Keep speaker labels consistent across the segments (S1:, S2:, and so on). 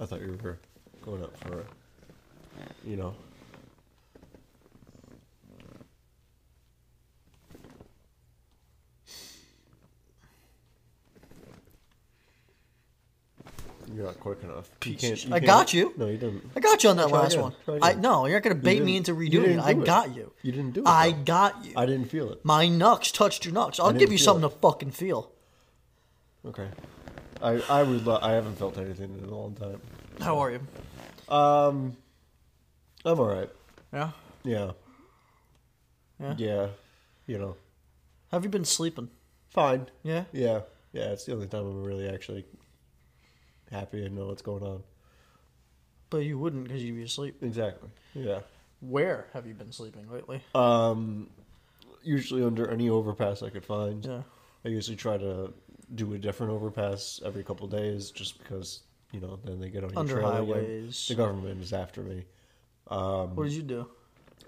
S1: I thought you were going up for it. You know. You're not quick enough. You can't,
S2: I got you.
S1: No, you didn't.
S2: I got you on that
S1: Try
S2: last
S1: again.
S2: one.
S1: Try
S2: I
S1: again.
S2: no, you're not gonna
S1: You
S2: bait me
S1: didn't-
S2: into
S1: you
S2: redoing it.
S1: didn't
S2: I
S1: do it.
S2: got you.
S1: You didn't do it,
S2: I
S1: though.
S2: got you.
S1: I didn't feel it.
S2: My knucks touched your knucks. I'll
S1: didn't
S2: give you
S1: feel
S2: something
S1: it.
S2: to fucking feel.
S1: Okay. I I would. Lo- I haven't felt anything in a long time.
S2: How are you?
S1: Um, I'm all right.
S2: Yeah.
S1: Yeah.
S2: Yeah?
S1: Yeah. You know,
S2: Have you been sleeping?
S1: fine.
S2: Yeah.
S1: Yeah. Yeah. It's the only time I'm really actually happy and know what's going on.
S2: But you wouldn't because you'd be asleep.
S1: Exactly. Yeah.
S2: Where have you been sleeping lately?
S1: Um, usually under any overpass I could find.
S2: Yeah.
S1: I usually try to do a different overpass every couple days, just because you know then they get on your
S2: Under
S1: trail again.
S2: highways.
S1: The government is after me. Um,
S2: What did you do?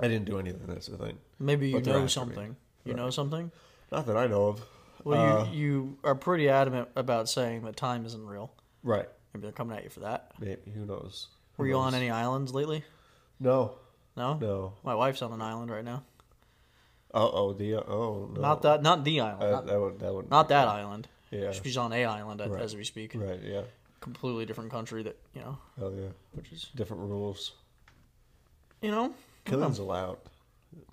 S1: I didn't do anything. That's the thing.
S2: Maybe you
S1: But they're after
S2: know
S1: me.
S2: something. You know something?
S1: Not that I know of.
S2: Well,
S1: Uh,
S2: you you are pretty adamant about saying that time isn't real.
S1: right.
S2: Maybe they're coming at you for that.
S1: Maybe who knows? Who
S2: Were you on
S1: knows?
S2: any islands lately?
S1: No.
S2: No.
S1: No.
S2: My wife's on an island right now.
S1: Uh oh. The uh, oh no.
S2: Not that. Not the island.
S1: Uh,
S2: not,
S1: that would. That would.
S2: not that island.
S1: Yeah.
S2: She's on a island at-
S1: Right.
S2: as we speak.
S1: Right. Yeah.
S2: Completely different country that you know,
S1: Hell Oh, yeah.
S2: which is
S1: Different rules.
S2: you know,
S1: Killing's allowed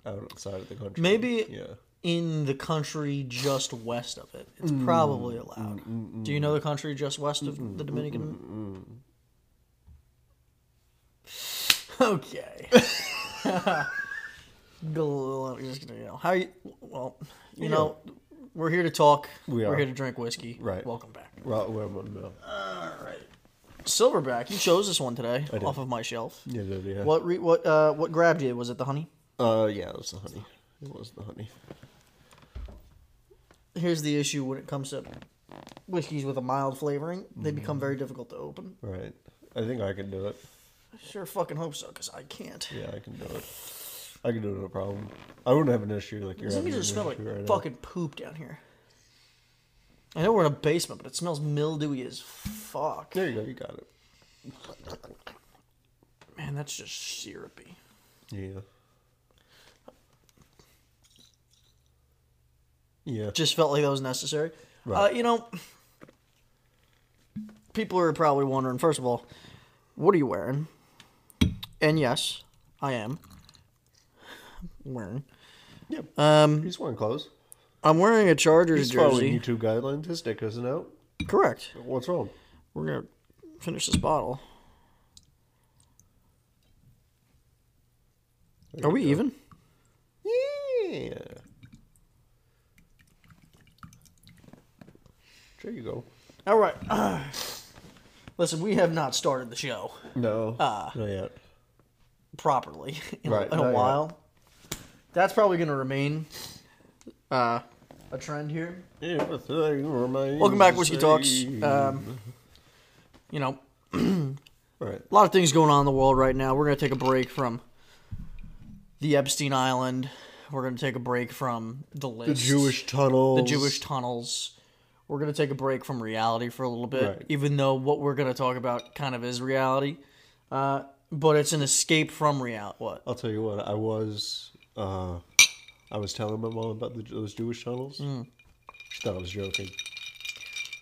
S1: outside of the country.
S2: Maybe-
S1: Yeah.
S2: in the country just west of it. It's
S1: Mm.
S2: probably allowed. Do you know the country just west of the Dominican?
S1: mm, mm.
S2: Okay. Gl- I'm just gonna, you know, how you? Well, you know, we're here to talk.
S1: We
S2: We're
S1: are.
S2: here to drink whiskey.
S1: Right.
S2: Welcome back.
S1: Right. Well, well, no.
S2: Silverback, you chose this one today
S1: I did.
S2: off of my shelf.
S1: Yeah. Yeah. yeah.
S2: What re- what uh, what grabbed you? Was it the honey?
S1: Uh. Yeah. It was the honey. It was the honey.
S2: Here's the issue when it comes to whiskeys with a mild flavoring; they
S1: Mm-hmm.
S2: become very difficult to open.
S1: Right. I think I can do it.
S2: I sure fucking hope so, cause I can't.
S1: Yeah. I can do it. I can do it. No problem. I wouldn't have an issue like you're
S2: Doesn't
S1: having
S2: it
S1: an
S2: just smell like
S1: issue right now.
S2: fucking poop down here? I know we're in a basement, but it smells mildewy as fuck.
S1: There you go. You got it.
S2: Man, that's just syrupy.
S1: Yeah. Yeah.
S2: Just felt like that was necessary.
S1: Right.
S2: Uh, you know, people are probably wondering. First of all, what are you wearing? And yes, I am wearing.
S1: Yep.
S2: Um,
S1: He's wearing clothes.
S2: I'm wearing a Chargers
S1: He's following
S2: jersey.
S1: YouTube guidelines. His dick isn't out.
S2: Correct.
S1: What's wrong?
S2: We're gonna finish this bottle. Are we even?
S1: Yeah. There you go.
S2: All right. Listen, we have not started the show
S1: No. Ah. not yet.
S2: properly in, a-
S1: Right,
S2: in
S1: not
S2: a
S1: yet.
S2: while. That's probably going to remain uh, a trend here. Welcome
S1: Welcome
S2: back, Whiskey Talks. Um, you know,
S1: right.
S2: a lot of things going on in the world right now. We're going to take a break from the Epstein Island. We're going to take a break from the list.
S1: The Jewish tunnel.
S2: the Jewish tunnels. We're gonna take a break from reality for a little bit,
S1: Right.
S2: even though what we're gonna talk about kind of is reality, uh, but it's an escape from reality. What?
S1: I'll tell you what. I was. Uh, I was telling my mom about the, those Jewish tunnels.
S2: Hmm.
S1: She thought I was joking.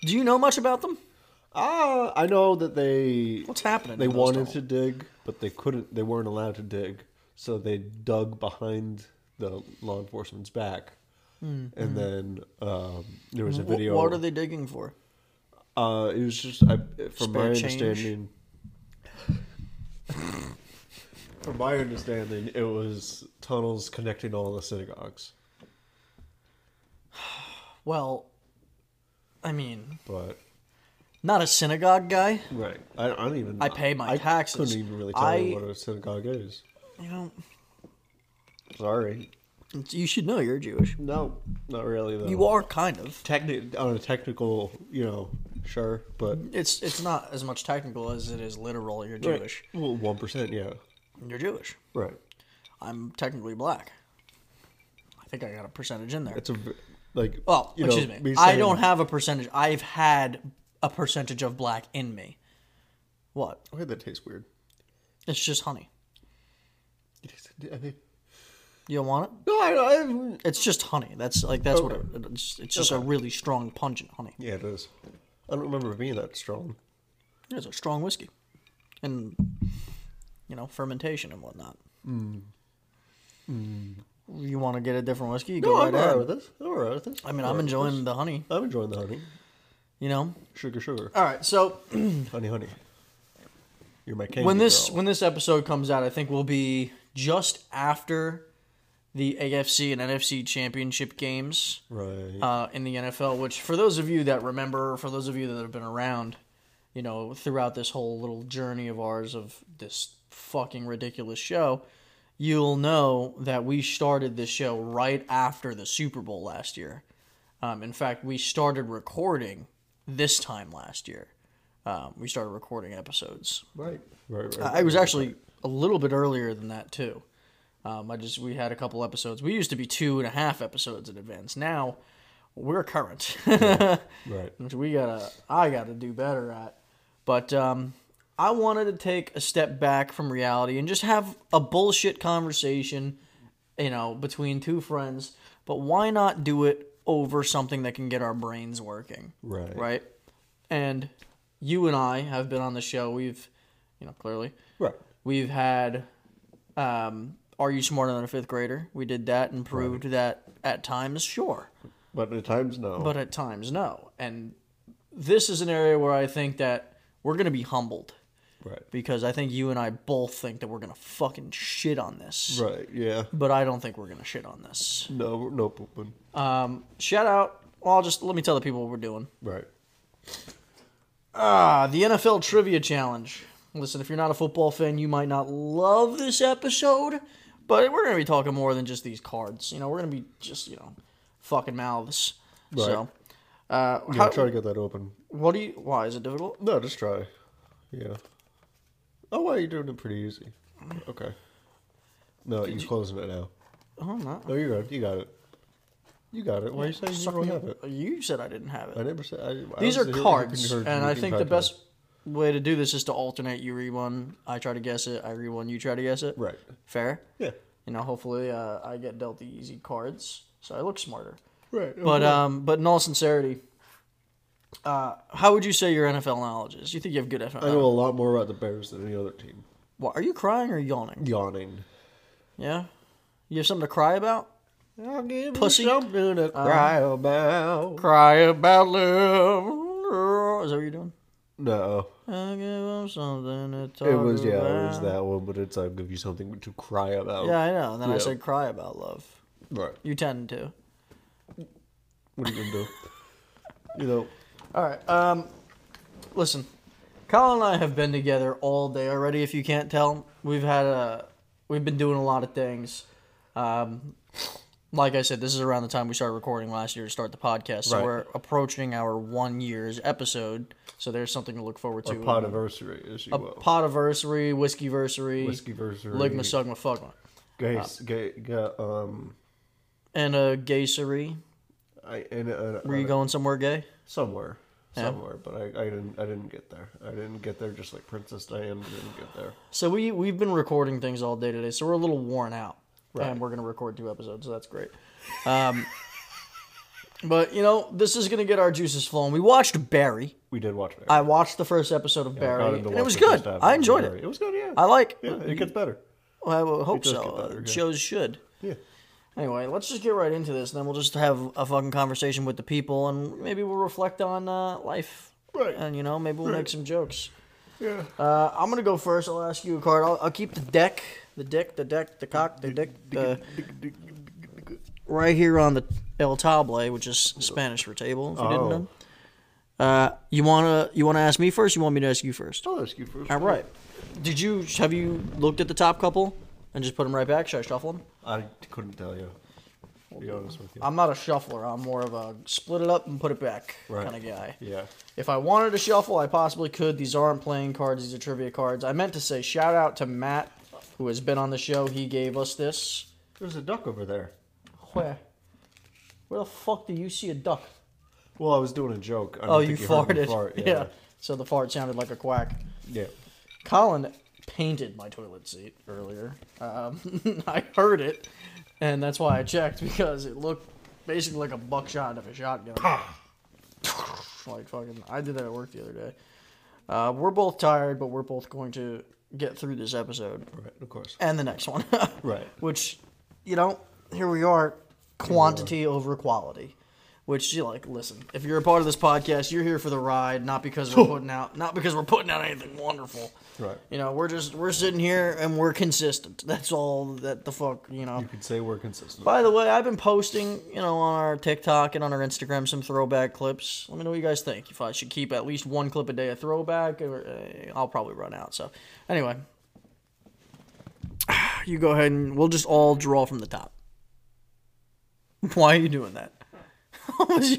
S2: Do you know much about them?
S1: Ah, I know that they
S2: What's happening?
S1: they
S2: in those
S1: wanted
S2: tunnels?
S1: to dig, but they couldn't. They weren't allowed to dig, so they dug behind the law enforcement's back. And then um, there was a
S2: Hmm. Wh-
S1: video.
S2: What are they digging for?
S1: Uh, it was just, I, from my
S2: Spare change?
S1: understanding. from my understanding, it was tunnels connecting all the synagogues,
S2: Well, I mean,
S1: but
S2: not a synagogue guy.
S1: right. I, I don't even.
S2: I pay my
S1: I
S2: taxes.
S1: Couldn't even really tell
S2: I-
S1: you what a synagogue is.
S2: You know,
S1: Sorry.
S2: you should know you're Jewish.
S1: No, not really though.
S2: You are kind of.
S1: techni- on a technical, you know, sure, but
S2: It's it's not as much technical as it is literal. You're Jewish.
S1: Well, one percent, yeah,
S2: You're Jewish.
S1: right.
S2: I'm technically black. I think I got a percentage in there.
S1: It's a v- like.
S2: Well,
S1: you
S2: excuse
S1: know,
S2: me.
S1: saying-
S2: I don't have a percentage. I've had a percentage of black in me. What?
S1: Why that tastes weird?
S2: It's just honey.
S1: I mean,
S2: You don't want it?
S1: no, I, I,
S2: It's just honey. That's like that's
S1: Okay.
S2: what it, it's. It's just a really strong, pungent honey.
S1: yeah, it is. I don't remember it being that strong.
S2: It's a strong whiskey, and you know fermentation and whatnot. Mm. You want to get a different whiskey? You
S1: No,
S2: go
S1: I'm
S2: right
S1: alright
S2: ahead.
S1: with this. I'm alright with this.
S2: I mean,
S1: All
S2: I'm
S1: right.
S2: enjoying the honey.
S1: I'm enjoying the honey. Uh,
S2: You know.
S1: Sugar, sugar,
S2: All right. So
S1: honey, honey. You're my candy
S2: when this
S1: girl.
S2: when this episode comes out, I think we'll be just after the AFC and NFC championship games.
S1: right?
S2: uh, in the NFL, which for those of you that remember, for those of you that have been around, you know, throughout this whole little journey of ours of this fucking ridiculous show, you'll know that we started this show right after the Super Bowl last year. Um, in fact, we started recording this time last year. Um, we started recording episodes.
S1: right, right, right.
S2: I I was actually a little bit earlier than that too. Um, I just we had a couple episodes. We used to be two and a half episodes in advance. Now we're current,
S1: right.
S2: which we gotta I gotta do better at. But um, I wanted to take a step back from reality and just have a bullshit conversation, you know, between two friends. But why not do it over something that can get our brains working?
S1: Right.
S2: Right. And you and I have been on the show. We've, you know, clearly
S1: Right.
S2: We've had um, Are You Smarter Than a Fifth Grader? We did that and proved that at times, sure.
S1: But at times, no.
S2: But at times, no. And this is an area where I think that we're going to be humbled
S1: right.
S2: because I think you and I both think that we're going to fucking shit on this.
S1: Right. Yeah.
S2: But I don't think we're going to shit on this.
S1: No. No pooping.
S2: Um, shout out. Well, I'll just let me tell the people what we're doing.
S1: Right.
S2: Ah, the NFL Trivia Challenge. Listen, if you're not a football fan, you might not love this episode, but we're going to be talking more than just these cards. You know, we're going to be just, you know, fucking mouths. So, uh,
S1: Yeah.
S2: how,
S1: try to get that open.
S2: what do you, why is it difficult?
S1: No, just try. Yeah. Oh, wow, you're doing it pretty easy. Okay. No, you're closing it now.
S2: Oh, no.
S1: No, you're good. You got it. You got it. Why are you saying you
S2: Suck
S1: don't
S2: me
S1: have it?
S2: up. You said I didn't have
S1: I
S2: it.
S1: never said. I, I
S2: These
S1: was
S2: are
S1: here- you
S2: cards,
S1: heard
S2: and
S1: me
S2: I
S1: reading
S2: think the
S1: back to
S2: best
S1: us.
S2: way to do this is to alternate. You read one, I try to guess it, I read one, you try to guess it.
S1: Right.
S2: Fair?
S1: Yeah.
S2: You know, hopefully uh, I get dealt the easy cards, so I look smarter.
S1: Right.
S2: But
S1: okay.
S2: um, but in all sincerity, uh, how would you say your NFL knowledge is? You think you have good NFL?
S1: I know a lot more about the Bears than any other team.
S2: What, are you crying or yawning?
S1: Yawning.
S2: Yeah, you have something to cry about.
S1: I'll give
S2: Pussy. Uh-huh.
S1: you something to cry about.
S2: Cry about love. Is that what you're doing?
S1: No,
S2: I give them something to talk
S1: it was yeah, it was
S2: about.
S1: that one. But it's I'll give you something to cry about.
S2: Uh-huh. Yeah, I know. And then I
S1: Yeah.
S2: said cry about love.
S1: Right.
S2: You tend to.
S1: What are you gonna do? you know.
S2: All right. Um, listen, Colin and I have been together all day already. If you can't tell, we've had a we've been doing a lot of things. Um, like I said, this is around the time we started recording last year to start the podcast. So
S1: Right.
S2: we're approaching our one year's episode. So there's something to look forward to.
S1: Podiversary, as you will.
S2: Podiversary, whiskeyversary,
S1: Whiskeyversary.
S2: ligma sugma fugma, uh,
S1: Gays, gay, ga- um,
S2: and a gaysery.
S1: I and uh,
S2: Were you
S1: uh,
S2: going somewhere gay?
S1: somewhere,
S2: Yeah.
S1: somewhere, but I, I didn't, I didn't get there. I didn't get there. Just like Princess Diana didn't get there.
S2: So we we've been recording things all day today, so we're a little worn out,
S1: Right.
S2: and we're gonna record two episodes, so that's great. Um, but you know, this is gonna get our juices flowing. We watched Barry.
S1: We did watch it.
S2: I watched the first episode of
S1: I got
S2: Barry,
S1: into
S2: and it
S1: watching
S2: was
S1: the
S2: good.
S1: first half
S2: I
S1: of
S2: enjoyed
S1: Barry.
S2: it.
S1: It was good. Yeah.
S2: I like.
S1: Yeah, it gets better.
S2: well, I would hope
S1: does
S2: so.
S1: get better,
S2: Uh,
S1: yeah.
S2: Shows should.
S1: Yeah.
S2: Anyway, let's just get right into this, and then we'll just have a fucking conversation with the people, and maybe we'll reflect on uh, life.
S1: Right.
S2: And you know, maybe we'll make some jokes.
S1: Yeah.
S2: Uh, I'm gonna go first. I'll ask you a card. I'll, I'll keep the deck, the dick, the deck, the cock, the dick, the right here on the el table, which is Spanish for table. If you didn't
S1: Oh.
S2: know. Uh, you wanna you wanna ask me first? You want me to ask you first?
S1: I'll ask you first.
S2: All right. Did you have you looked at the top couple and just put them right back? Should I shuffle them?
S1: I couldn't tell you. To be honest with you.
S2: I'm not a shuffler. I'm more of a split it up and put it back
S1: Right.
S2: kind of guy.
S1: yeah.
S2: If I wanted to shuffle, I possibly could. These aren't playing cards, these are trivia cards. I meant to say shout out to Matt, who has been on the show. He gave us this.
S1: There's a duck over there.
S2: Where? Where the fuck do you see a duck?
S1: Well, I was doing a joke. I
S2: Oh,
S1: don't
S2: you
S1: think heard me
S2: farted.
S1: fart,
S2: yeah. So the fart sounded like a quack.
S1: Yeah.
S2: Colin painted my toilet seat earlier. Um, I heard it, and that's why I checked because it looked basically like a buckshot of a shotgun. like fucking, I did that at work the other day. Uh, we're both tired, but we're both going to get through this episode
S1: Right, of course.
S2: and the next one.
S1: Right.
S2: Which, you know, here we are, quantity over quality. Which you like, listen, if you're a part of this podcast, you're here for the ride, not because we're putting out not because we're putting out anything wonderful.
S1: Right.
S2: You know, we're just we're sitting here and we're consistent. That's all that the fuck, you know.
S1: You could say we're consistent.
S2: By the way, I've been posting, you know, on our TikTok and on our Instagram some throwback clips. Let me know what you guys think. If I should keep at least one clip a day of throwback, or, uh, I'll probably run out. So, anyway, you go ahead and we'll just all draw from the top. Why are you doing that?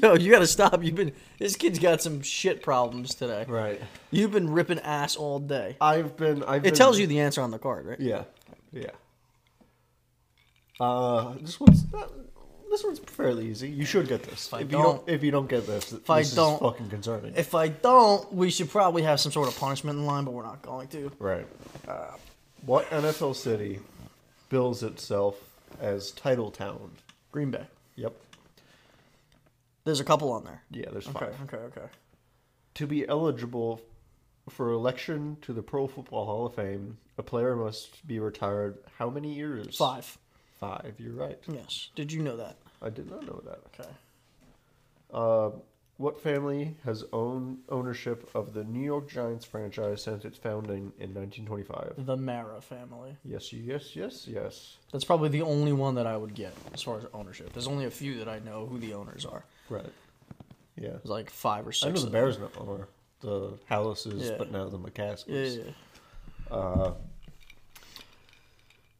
S2: Yo, you gotta stop. You've been this kid's got some shit problems today.
S1: right.
S2: You've been ripping ass all day.
S1: I've been. I've
S2: It tells you the answer on the card, right?
S1: Yeah. Yeah. Uh, this one's not, this one's fairly easy. You should get this. If,
S2: I
S1: you don't,
S2: don't-
S1: if you don't get this, this
S2: I
S1: is
S2: don't-
S1: fucking concerning.
S2: If I don't, we should probably have some sort of punishment in line, but we're not going to.
S1: right. Uh, what NFL city bills itself as title town?
S2: Green Bay.
S1: Yep.
S2: There's a couple on there.
S1: Yeah, there's
S2: Okay,
S1: five.
S2: okay, okay.
S1: To be eligible for election to the Pro Football Hall of Fame, a player must be retired how many years?
S2: Five.
S1: Five. You're right.
S2: Yes. Did you know that?
S1: I did not know that.
S2: Okay.
S1: What family has owned ownership of the New York Giants franchise since its founding in 1925?
S2: The Mara family.
S1: Yes, yes, yes, yes.
S2: That's probably the only one that I would get as far as ownership. There's only a few that I know who the owners are.
S1: Right. Yeah.
S2: There's like five or
S1: I
S2: six.
S1: know the
S2: of them.
S1: Bears not are the Hallises,
S2: Yeah.
S1: but now the
S2: Yeah,
S1: McCaskies.
S2: yeah, yeah.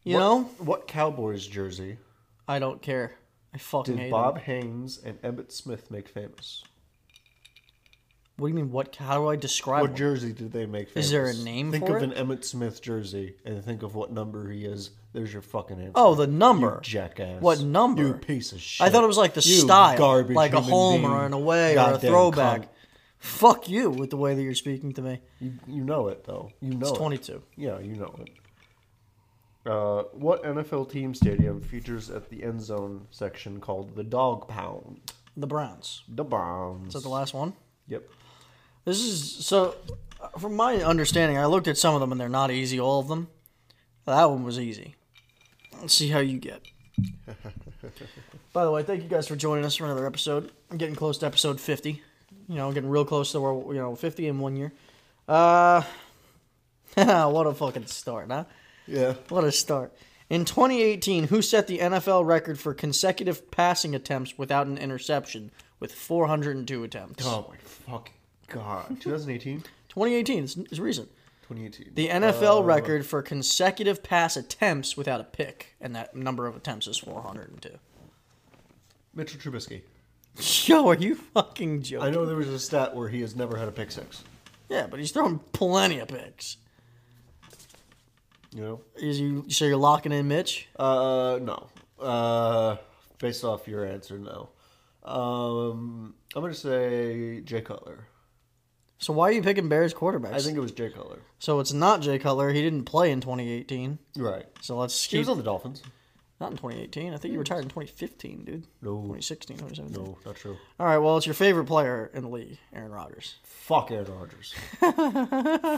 S2: you know,
S1: What Cowboys jersey
S2: I don't care. I fucking
S1: did
S2: hate
S1: Bob
S2: them.
S1: Haynes and Ebbett Smith make famous?
S2: What do you mean? What? How do I describe?
S1: What
S2: one?
S1: jersey did they make famous?
S2: Is there a name
S1: Think
S2: for
S1: of
S2: it?
S1: an Emmett Smith jersey and think of what number he is. There's your fucking answer.
S2: Oh, the number.
S1: You jackass.
S2: What number?
S1: You piece of shit.
S2: I thought it was like the
S1: You
S2: style,
S1: garbage
S2: like a
S1: human
S2: home
S1: being.
S2: or an away or a
S1: Goddamn
S2: throwback.
S1: cunt.
S2: Fuck you with the way that you're speaking to me.
S1: You, you know it though. You know
S2: It's
S1: it.
S2: 22.
S1: Yeah, you know it. Uh, what NFL team stadium features at the end zone section called the Dog Pound?
S2: The Browns.
S1: The Browns.
S2: Is that the last one?
S1: Yep.
S2: This is so. uh, From my understanding, I looked at some of them and they're not easy. All of them. That one was easy. Let's see how you get. By the way, thank you guys for joining us for another episode. I'm getting close to episode 50. You know, getting real close to where you know 50 in one year. Uh, what a fucking start, huh?
S1: Yeah.
S2: What a start. In 2018, who set the NFL record for consecutive passing attempts without an interception with 402 attempts?
S1: Oh my fucking god. 2018.
S2: 2018 is, is recent.
S1: 2018.
S2: The NFL
S1: Oh.
S2: record for consecutive pass attempts without a pick, and that number of attempts is 402.
S1: Mitchell Trubisky.
S2: Yo, are you fucking
S1: I
S2: joking?
S1: know there was a stat where he has never had a pick six.
S2: Yeah, but he's throwing plenty of picks.
S1: You know.
S2: Is you so you're locking in Mitch?
S1: Uh, no. Uh, based off your answer, no. Um, I'm gonna say Jay Cutler.
S2: So why are you picking Bears quarterbacks?
S1: I think it was Jay Cutler.
S2: so. It's not Jay Cutler. He didn't play in 2018.
S1: Right.
S2: So let's
S1: He
S2: keep
S1: was on the Dolphins.
S2: Not in 2018. I think you retired in 2015, dude.
S1: No.
S2: 2016, 2017.
S1: No, not true.
S2: All right, well, it's your favorite player in the league, Aaron Rodgers.
S1: Fuck Aaron Rodgers.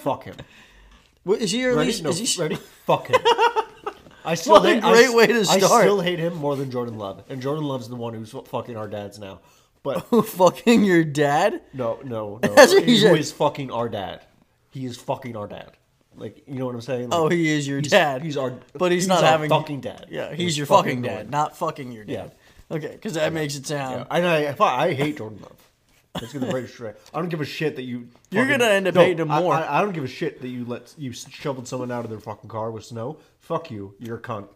S1: Fuck him.
S2: Well, Is he your
S1: Ready?
S2: least?
S1: No,
S2: is he,
S1: ready? Fuck him. I still
S2: What a
S1: hate, I
S2: great
S1: s-
S2: way to
S1: I
S2: start.
S1: still hate him more than Jordan Love, and Jordan Love's the one who's fucking our dads now. But
S2: fucking your dad?
S1: no, no, no.
S2: That's what he
S1: he
S2: said.
S1: is fucking our dad. He is fucking our dad. Like you know what I'm saying? Like,
S2: Oh, he is your
S1: he's,
S2: dad.
S1: He's our,
S2: but he's, not
S1: our
S2: having
S1: fucking dad.
S2: Yeah, he's,
S1: He's
S2: your fucking,
S1: fucking
S2: dad,
S1: annoying.
S2: not fucking your dad. Okay, because that makes it sound.
S1: Yeah, and I, I, I hate Jordan Love. Let's get the right straight. I don't give a shit that you.
S2: You're
S1: fucking-
S2: gonna end up
S1: No,
S2: hating him
S1: I-
S2: more.
S1: I, I don't give a shit that you let you shoveled someone out of their fucking car with snow. Fuck you. You're a cunt.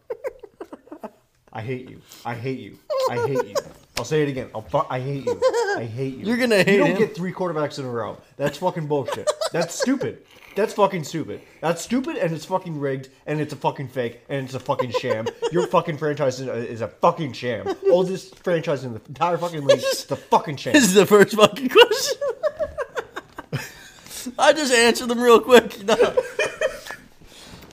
S1: I hate you. I hate you. I hate you. I'll say it again. I'll fu- I hate you. I hate you.
S2: You're gonna hate
S1: You don't
S2: him.
S1: get three quarterbacks in a row. That's fucking bullshit. That's stupid. That's fucking stupid. That's stupid, and it's fucking rigged, and it's a fucking fake, and it's a fucking sham. Your fucking franchise is a, is a fucking sham. All this franchise in the entire fucking league is a fucking sham.
S2: This is the first fucking question. I just answered them real quick. No.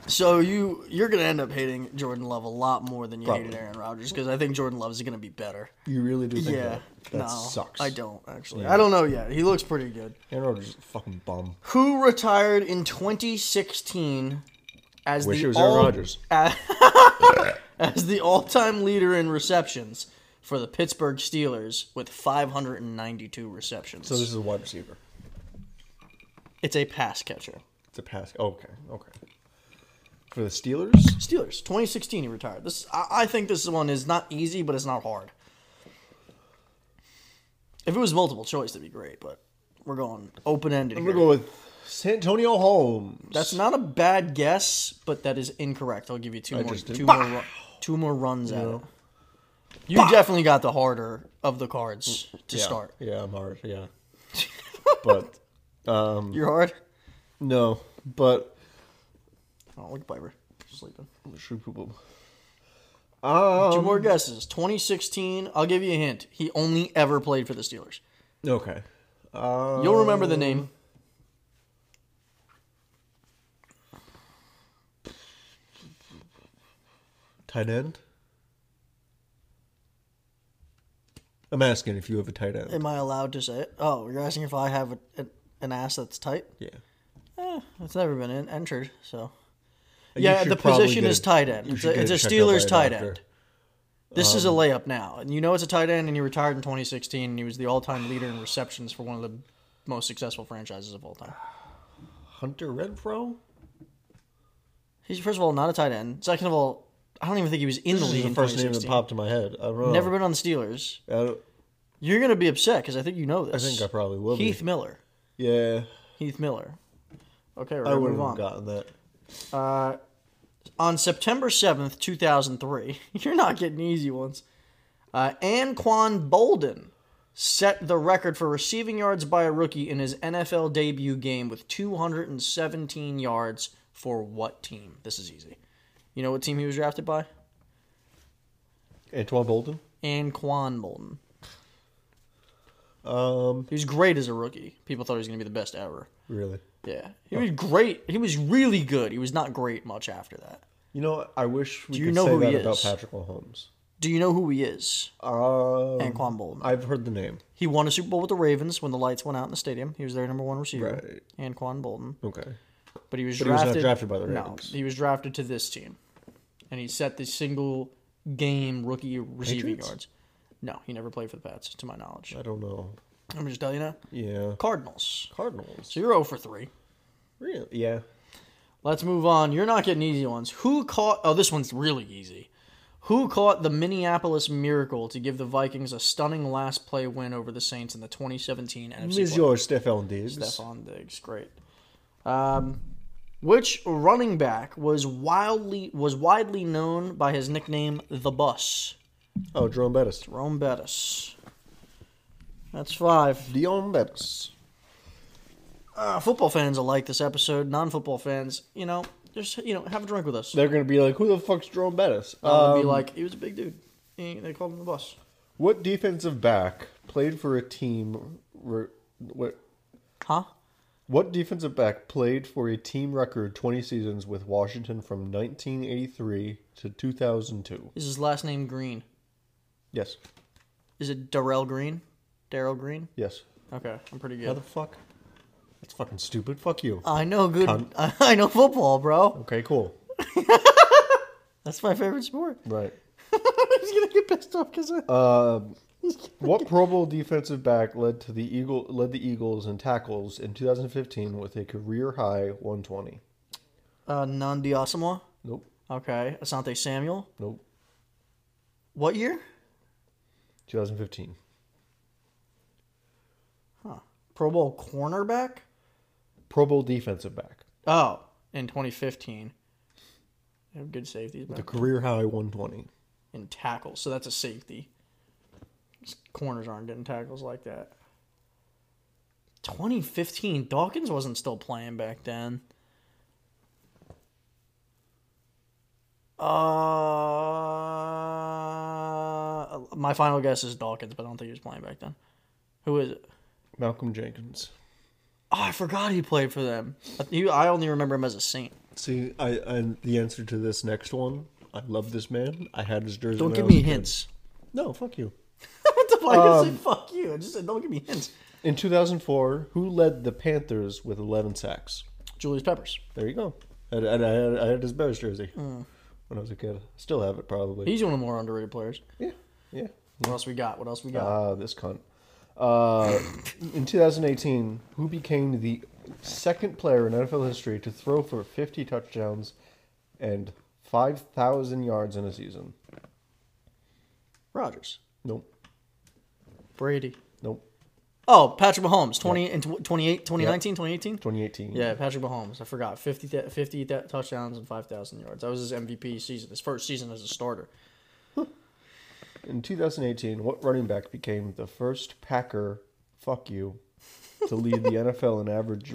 S2: So you you're gonna end up hating Jordan Love a lot more than you hated
S1: Probably.
S2: Aaron Rodgers because I think Jordan Love is gonna be better.
S1: You really do think
S2: Yeah.
S1: that? That
S2: no,
S1: sucks.
S2: I don't actually. I don't know yet. He looks pretty good.
S1: Aaron Rodgers is a fucking bum.
S2: Who retired in 2016 as
S1: Wish
S2: the
S1: it was
S2: all,
S1: Aaron Rodgers.
S2: as the all-time leader in receptions for the Pittsburgh Steelers with 592 receptions.
S1: So this is a wide receiver.
S2: it's a pass catcher.
S1: It's a pass. Okay, okay. For the Steelers,
S2: Steelers 2016 he retired. This I, I think this one is not easy, but it's not hard. If it was multiple choice, that'd be great. But we're going open ended.
S1: I'm gonna go with Santonio Holmes.
S2: That's not a bad guess, but that is incorrect. I'll give you two more
S1: just did.
S2: two more, ru- two more runs at it. You definitely got the harder of the cards to
S1: yeah.
S2: start.
S1: Yeah, I'm hard. Yeah, but Um,
S2: You're hard.
S1: no, but
S2: Oh, look, at Piper sleeping.
S1: shoot people.
S2: two
S1: Um,
S2: more guesses. 2016. I'll give you a hint. He only ever played for the Steelers.
S1: Okay.
S2: You'll remember the name.
S1: Tight end. I'm asking if you have a tight end.
S2: Am I allowed to say it? Oh, you're asking if I have a, a, an ass that's tight?
S1: Yeah.
S2: Eh, it's never been in, entered, so.
S1: You
S2: yeah,
S1: should
S2: the
S1: probably
S2: position
S1: get
S2: is
S1: it-
S2: tight end.
S1: you
S2: It's
S1: should
S2: a,
S1: get
S2: it's a
S1: it checked out by
S2: Steelers
S1: a
S2: tight
S1: doctor. Um,
S2: end. This is a layup now, and you know it's a tight end, and he retired in 2016, and he was the all-time leader in receptions for one of the most successful franchises of all time.
S1: Hunter Renfro.
S2: He's first of all not a tight end. Second of all, I don't even think he was in the
S1: This is
S2: league.
S1: the
S2: in
S1: first name that
S2: 2016.
S1: popped in my head. I don't know.
S2: Never been on the Steelers.
S1: I, don't,
S2: You're gonna be upset because I think you know
S1: I
S2: this.
S1: think I probably will.
S2: Heath
S1: Keith.
S2: Miller.
S1: Yeah,
S2: Heath Miller. Okay, we're
S1: I
S2: gonna
S1: wouldn't
S2: move
S1: have gotten
S2: on.
S1: that.
S2: Uh, on September 7th, 2003, you're not getting easy ones, uh, Anquan Bolden set the record for receiving yards by a rookie in his NFL debut game with 217 yards for what team? This is easy. You know what team he was drafted by?
S1: Antoine Bolden.
S2: Anquan Bolden.
S1: Um,
S2: He was great as a rookie. People thought he was going to be the best ever.
S1: really.
S2: Yeah. He was great. He was really good. He was not great much after that.
S1: You know, I wish we
S2: you
S1: could
S2: know
S1: say
S2: who he
S1: that about
S2: is?
S1: Patrick Mahomes.
S2: Do you know who he is?
S1: Um,
S2: Anquan Bolden.
S1: I've heard the name.
S2: He won a Super Bowl with the Ravens when the lights went out in the stadium. He was their number one receiver,
S1: Right.
S2: and Quan Bolton.
S1: Okay.
S2: But he was
S1: was not
S2: drafted.
S1: drafted by the
S2: no,
S1: Ravens.
S2: he was drafted to this team, and he set the single game rookie receiving
S1: Patriots?
S2: yards. No, he never played for the Pats, to my knowledge.
S1: I don't know.
S2: I'm just telling you now.
S1: Yeah.
S2: Cardinals.
S1: Cardinals.
S2: So you're 0 for three.
S1: Really? Yeah.
S2: Let's move on. You're not getting easy ones. Who caught? Oh, this one's really easy. Who caught the Minneapolis Miracle to give the Vikings a stunning last play win over the Saints in the 2017 NFC?
S1: Is
S2: playoffs?
S1: your Stephon Diggs?
S2: Stephon Diggs, great. Um, which running back was wildly was widely known by his nickname the Bus?
S1: Oh, Jerome Bettis.
S2: Rome Bettis. That's five.
S1: Dion Bettis.
S2: Uh, football fans will like this episode. Non-football fans, you know, just you know, have a drink with us.
S1: They're gonna be like, who the fuck's Jerome Bettis?
S2: I'll
S1: Um,
S2: be like, he was a big dude. He- they called him the Bus.
S1: what defensive back played for a team? Re- what?
S2: Huh?
S1: What defensive back played for a team record 20 seasons with Washington from 1983 to 2002?
S2: Is his last name Green?
S1: Yes.
S2: Is it Darrell Green? Daryl Green?
S1: Yes.
S2: Okay, I'm pretty
S1: How
S2: good.
S1: the fuck? That's fucking stupid. Fuck you.
S2: I know good. I know football, bro.
S1: Okay, cool.
S2: That's my favorite sport.
S1: Right. Um,
S2: He's gonna get pissed off because I.
S1: What Pro Bowl defensive back led to the Eagle led the Eagles in tackles in 2015 with a career high 120?
S2: Uh, Nandi Asamoah.
S1: Nope.
S2: Okay. Asante Samuel.
S1: Nope.
S2: What year?
S1: 2015.
S2: Pro Bowl cornerback?
S1: Pro Bowl defensive back.
S2: Oh, in 2015. They have good safeties
S1: The
S2: man.
S1: career high 120.
S2: in tackles, so that's a safety. These Corners aren't getting tackles like that. 2015, Dawkins wasn't still playing back then. Uh, my final guess is Dawkins, but I don't think he was playing back then. Who is it?
S1: Malcolm Jenkins.
S2: Oh, I forgot he played for them. I- He, I only remember him as a Saint.
S1: See, I, I the answer to this next one. I love this man. I had his jersey.
S2: Don't
S1: when I
S2: give
S1: was
S2: me
S1: a kid.
S2: hints.
S1: No, fuck you.
S2: what the fuck? I said fuck you. I just said don't give me hints.
S1: In 2004, who led the Panthers with 11 sacks?
S2: Julius Peppers.
S1: There you go. And and I, had, I had his Bears jersey when I was a kid. Still have it probably.
S2: He's one of the more underrated players.
S1: yeah, yeah.
S2: What else we got? What else we got?
S1: Ah, this cunt. Uh, in 2018, who became the second player in NFL history to throw for 50 touchdowns and 5,000 yards in a season?
S2: Rogers.
S1: Nope.
S2: Brady.
S1: Nope.
S2: Oh, Patrick Mahomes. 20 and tw- 28, 2019, 2018?
S1: 2018.
S2: Yeah, Patrick Mahomes. I forgot. 50, th- 50 th- touchdowns and 5,000 yards. That was his MVP season, his first season as a starter.
S1: In 2018, what running back became the first Packer, fuck you, to lead the NFL in average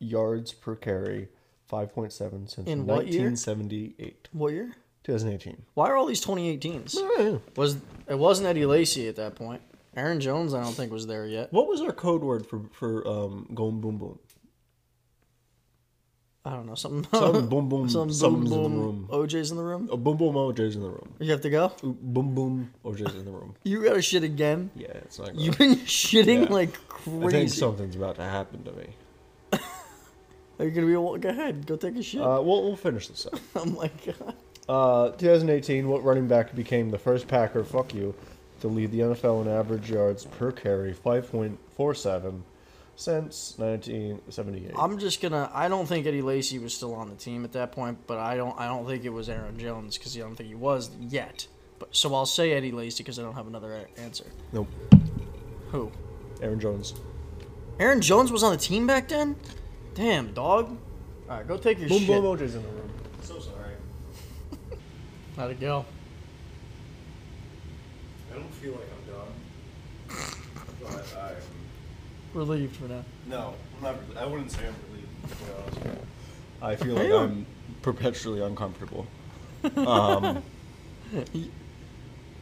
S1: yards per carry, 5.7 since
S2: In what year?
S1: 1978?
S2: What year?
S1: 2018.
S2: Why are all these 2018s?
S1: Yeah.
S2: Was It wasn't Eddie Lacy at that point. Aaron Jones, I don't think, was there yet.
S1: What was our code word for, for um, going boom boom?
S2: I don't know. Something.
S1: Something boom boom.
S2: Some boom
S1: something's
S2: boom.
S1: in the room.
S2: OJ's in the room.
S1: Oh, boom boom OJ's in the room.
S2: You have to go?
S1: Ooh, Boom boom OJ's in the room.
S2: You gotta shit again?
S1: Yeah, it's not good.
S2: You've been shitting
S1: Yeah.
S2: like
S1: I
S2: crazy.
S1: think something's about to happen to me.
S2: Are you gonna be able go ahead, go take a shit?
S1: Uh, we'll, we'll finish this up.
S2: oh my god.
S1: Uh, 2018, what running back became the first Packer, fuck you, to lead the NFL in average yards per carry, 5.47 since 1978?
S2: I'm just gonna. I don't think Eddie Lacy was still on the team at that point, but I don't. I don't think it was Aaron Jones because I don't think he was yet. But so I'll say Eddie Lacy because I don't have another a- answer.
S1: Nope.
S2: Who?
S1: Aaron Jones.
S2: Aaron Jones was on the team back then. Damn dog. All right, go take your
S1: Boom,
S2: shit.
S1: boom, OJ's in the room.
S3: So sorry.
S2: How'd it go?
S3: I don't feel like I'm done. But I'm.
S2: Relieved for now.
S3: No, I'm not really, I wouldn't say I'm relieved. To be honest with you.
S1: I feel like I'm perpetually uncomfortable. Um,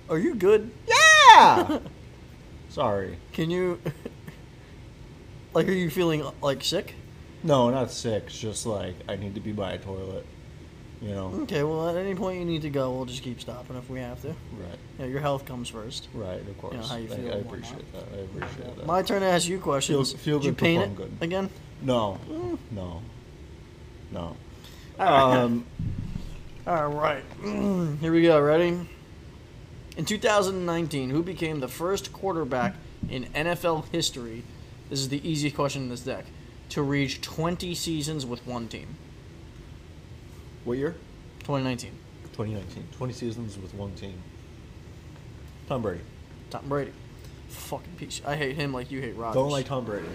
S2: Are you good?
S1: yeah! Sorry.
S2: Can you? like, are you feeling like sick?
S1: No, not sick. It's just like I need to be by a toilet. You know?
S2: Okay. Well, at any point you need to go, we'll just keep stopping if we have to.
S1: Right.
S2: Yeah, your health comes first.
S1: Right, of course.
S2: how you
S1: I,
S2: feel
S1: I
S2: and whatnot.
S1: appreciate that. I appreciate that.
S2: My turn to ask you questions.
S1: Feel- feel
S2: Did you
S1: good,
S2: paint it
S1: perform good.
S2: again?
S1: No,
S2: Mm.
S1: no, no. Um,
S2: All right. Here we go. Ready? In 2019, who became the first quarterback in NFL history? This is the easiest question in this deck. To reach 20 seasons with one team.
S1: what year?
S2: 2019.
S1: 2019. 20 seasons with one team. Tom Brady.
S2: Tom Brady. Fucking piece. I hate him like you hate Rodgers.
S1: Don't like Tom Brady.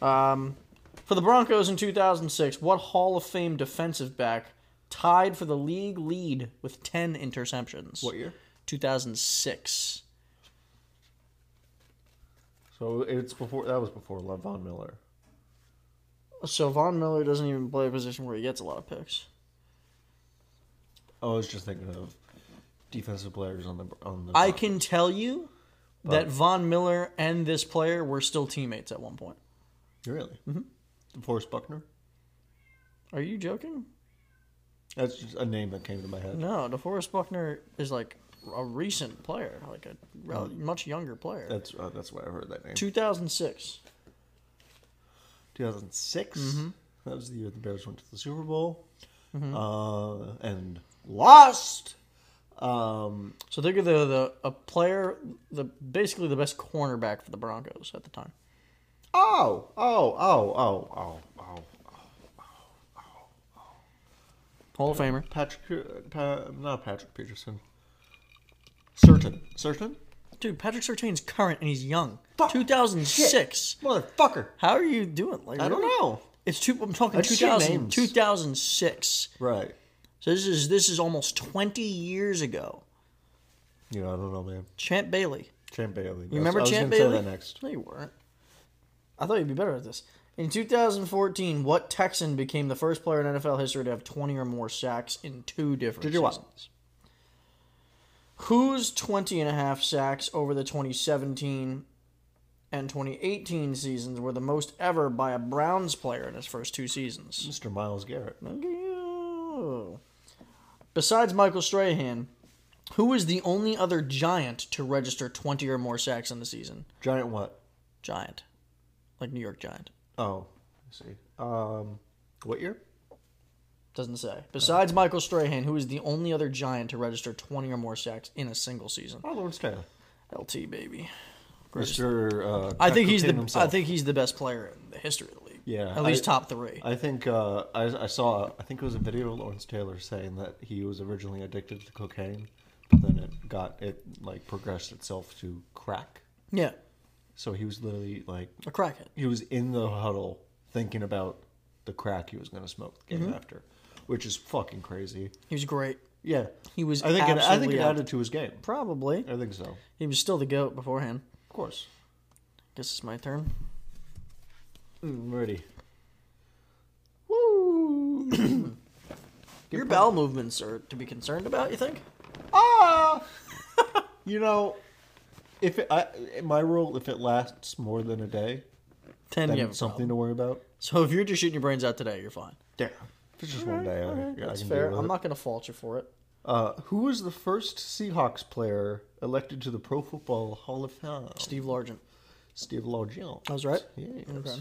S2: Um, for the Broncos in 2006, what Hall of Fame defensive back tied for the league lead with 10 interceptions?
S1: year?
S2: 2006.
S1: So it's before. That was before Levon Miller.
S2: So Von Miller doesn't even play a position where he gets a lot of picks.
S1: I was just thinking of defensive players on the on the.
S2: I can tell you that Von Miller and this player were still teammates at one point.
S1: really. Mm-hmm. Forrest Buckner.
S2: Are you joking?
S1: That's just a name that came to my head.
S2: No, DeForest Buckner is like a recent player, like a rel- much younger player.
S1: That's uh, that's why I heard that name.
S2: 2006.
S1: 2006.
S2: Mm-hmm.
S1: That was the year the Bears went to the Super Bowl uh, and lost. Um,
S2: So they're the, the a player, the basically the best cornerback for the Broncos at the time.
S1: Oh, oh, oh, oh, oh, oh.
S2: Hall of Famer.
S1: Patrick, Pe- pa, not Patrick Peterson. Certain. Certain?
S2: Dude, Patrick Sertain's current and he's young. 2006.
S1: Motherfucker.
S2: How are you doing? Like
S1: I don't
S2: really?
S1: know.
S2: It's two, I'm talking
S1: Let's share
S2: 2000,
S1: names.
S2: 2006.
S1: Right.
S2: So this is this is almost 20 years ago.
S1: You know, I don't know, man.
S2: Champ Bailey.
S1: Champ Bailey.
S2: You remember
S1: I was
S2: Champ
S1: gonna
S2: Bailey?
S1: Say that next.
S2: No, you weren't. I thought you'd be better at this. In 2014, what Texan became the first player in NFL history to have 20 or more sacks in two different
S1: J.J. Watt.
S2: seasons? Who's 20 and a half sacks over the 2017 and 2018 seasons were the most ever by a Browns player in his first two seasons?
S1: Mr. Miles Garrett.
S2: Okay, yeah. Oh. Besides Michael Strahan, who is the only other giant to register 20 or more sacks in the season?
S1: Giant what?
S2: Giant. Like New York Giant.
S1: Oh, I see. Um, what year?
S2: Doesn't say. Besides Michael Strahan, who is the only other giant to register 20 or more sacks in a single season?
S1: Oh, Lawrence Taylor.
S2: LT baby.
S1: Mr. Uh,
S2: I think
S1: Cook
S2: he's the
S1: Tin himself.
S2: I think he's the best player in the history of the league.
S1: Yeah,
S2: At least
S1: I-
S2: top 3.
S1: I think uh, I, I saw. I think it was a video of Lawrence Taylor saying that he was originally addicted to cocaine, but then it got it like progressed itself to crack.
S2: yeah.
S1: So he was literally like
S2: A crackhead.
S1: he was in the huddle thinking about the crack he was going to smoke the game
S2: Mm-hmm.
S1: after, which is fucking crazy.
S2: He was great.
S1: Yeah,
S2: He was
S1: I think it, I think
S2: absolutely
S1: it
S2: out-
S1: added to his game.
S2: Probably.
S1: I think so. Of
S2: He was still the goat beforehand.
S1: course,
S2: Guess it's my turn.
S1: I'm ready. Woo!
S2: Your bowel movements are to be concerned about, you think?
S1: Ah, you know, if it, I, my rule, if it lasts more than a day,
S2: Ten
S1: then
S2: you have a
S1: it's something to worry about.
S2: So if you're just shooting your brains out today, you're fine.
S1: Yeah, if it's just one day, I, yeah, I
S2: That's
S1: can
S2: fair.
S1: deal with
S2: I'm
S1: it.
S2: not gonna fault you for it.
S1: Uh, who was the first Seahawks player elected to the Pro Football Hall of Fame?
S2: Steve Largent.
S1: Steve Largent.
S2: I was right?
S1: Yes.
S2: Okay.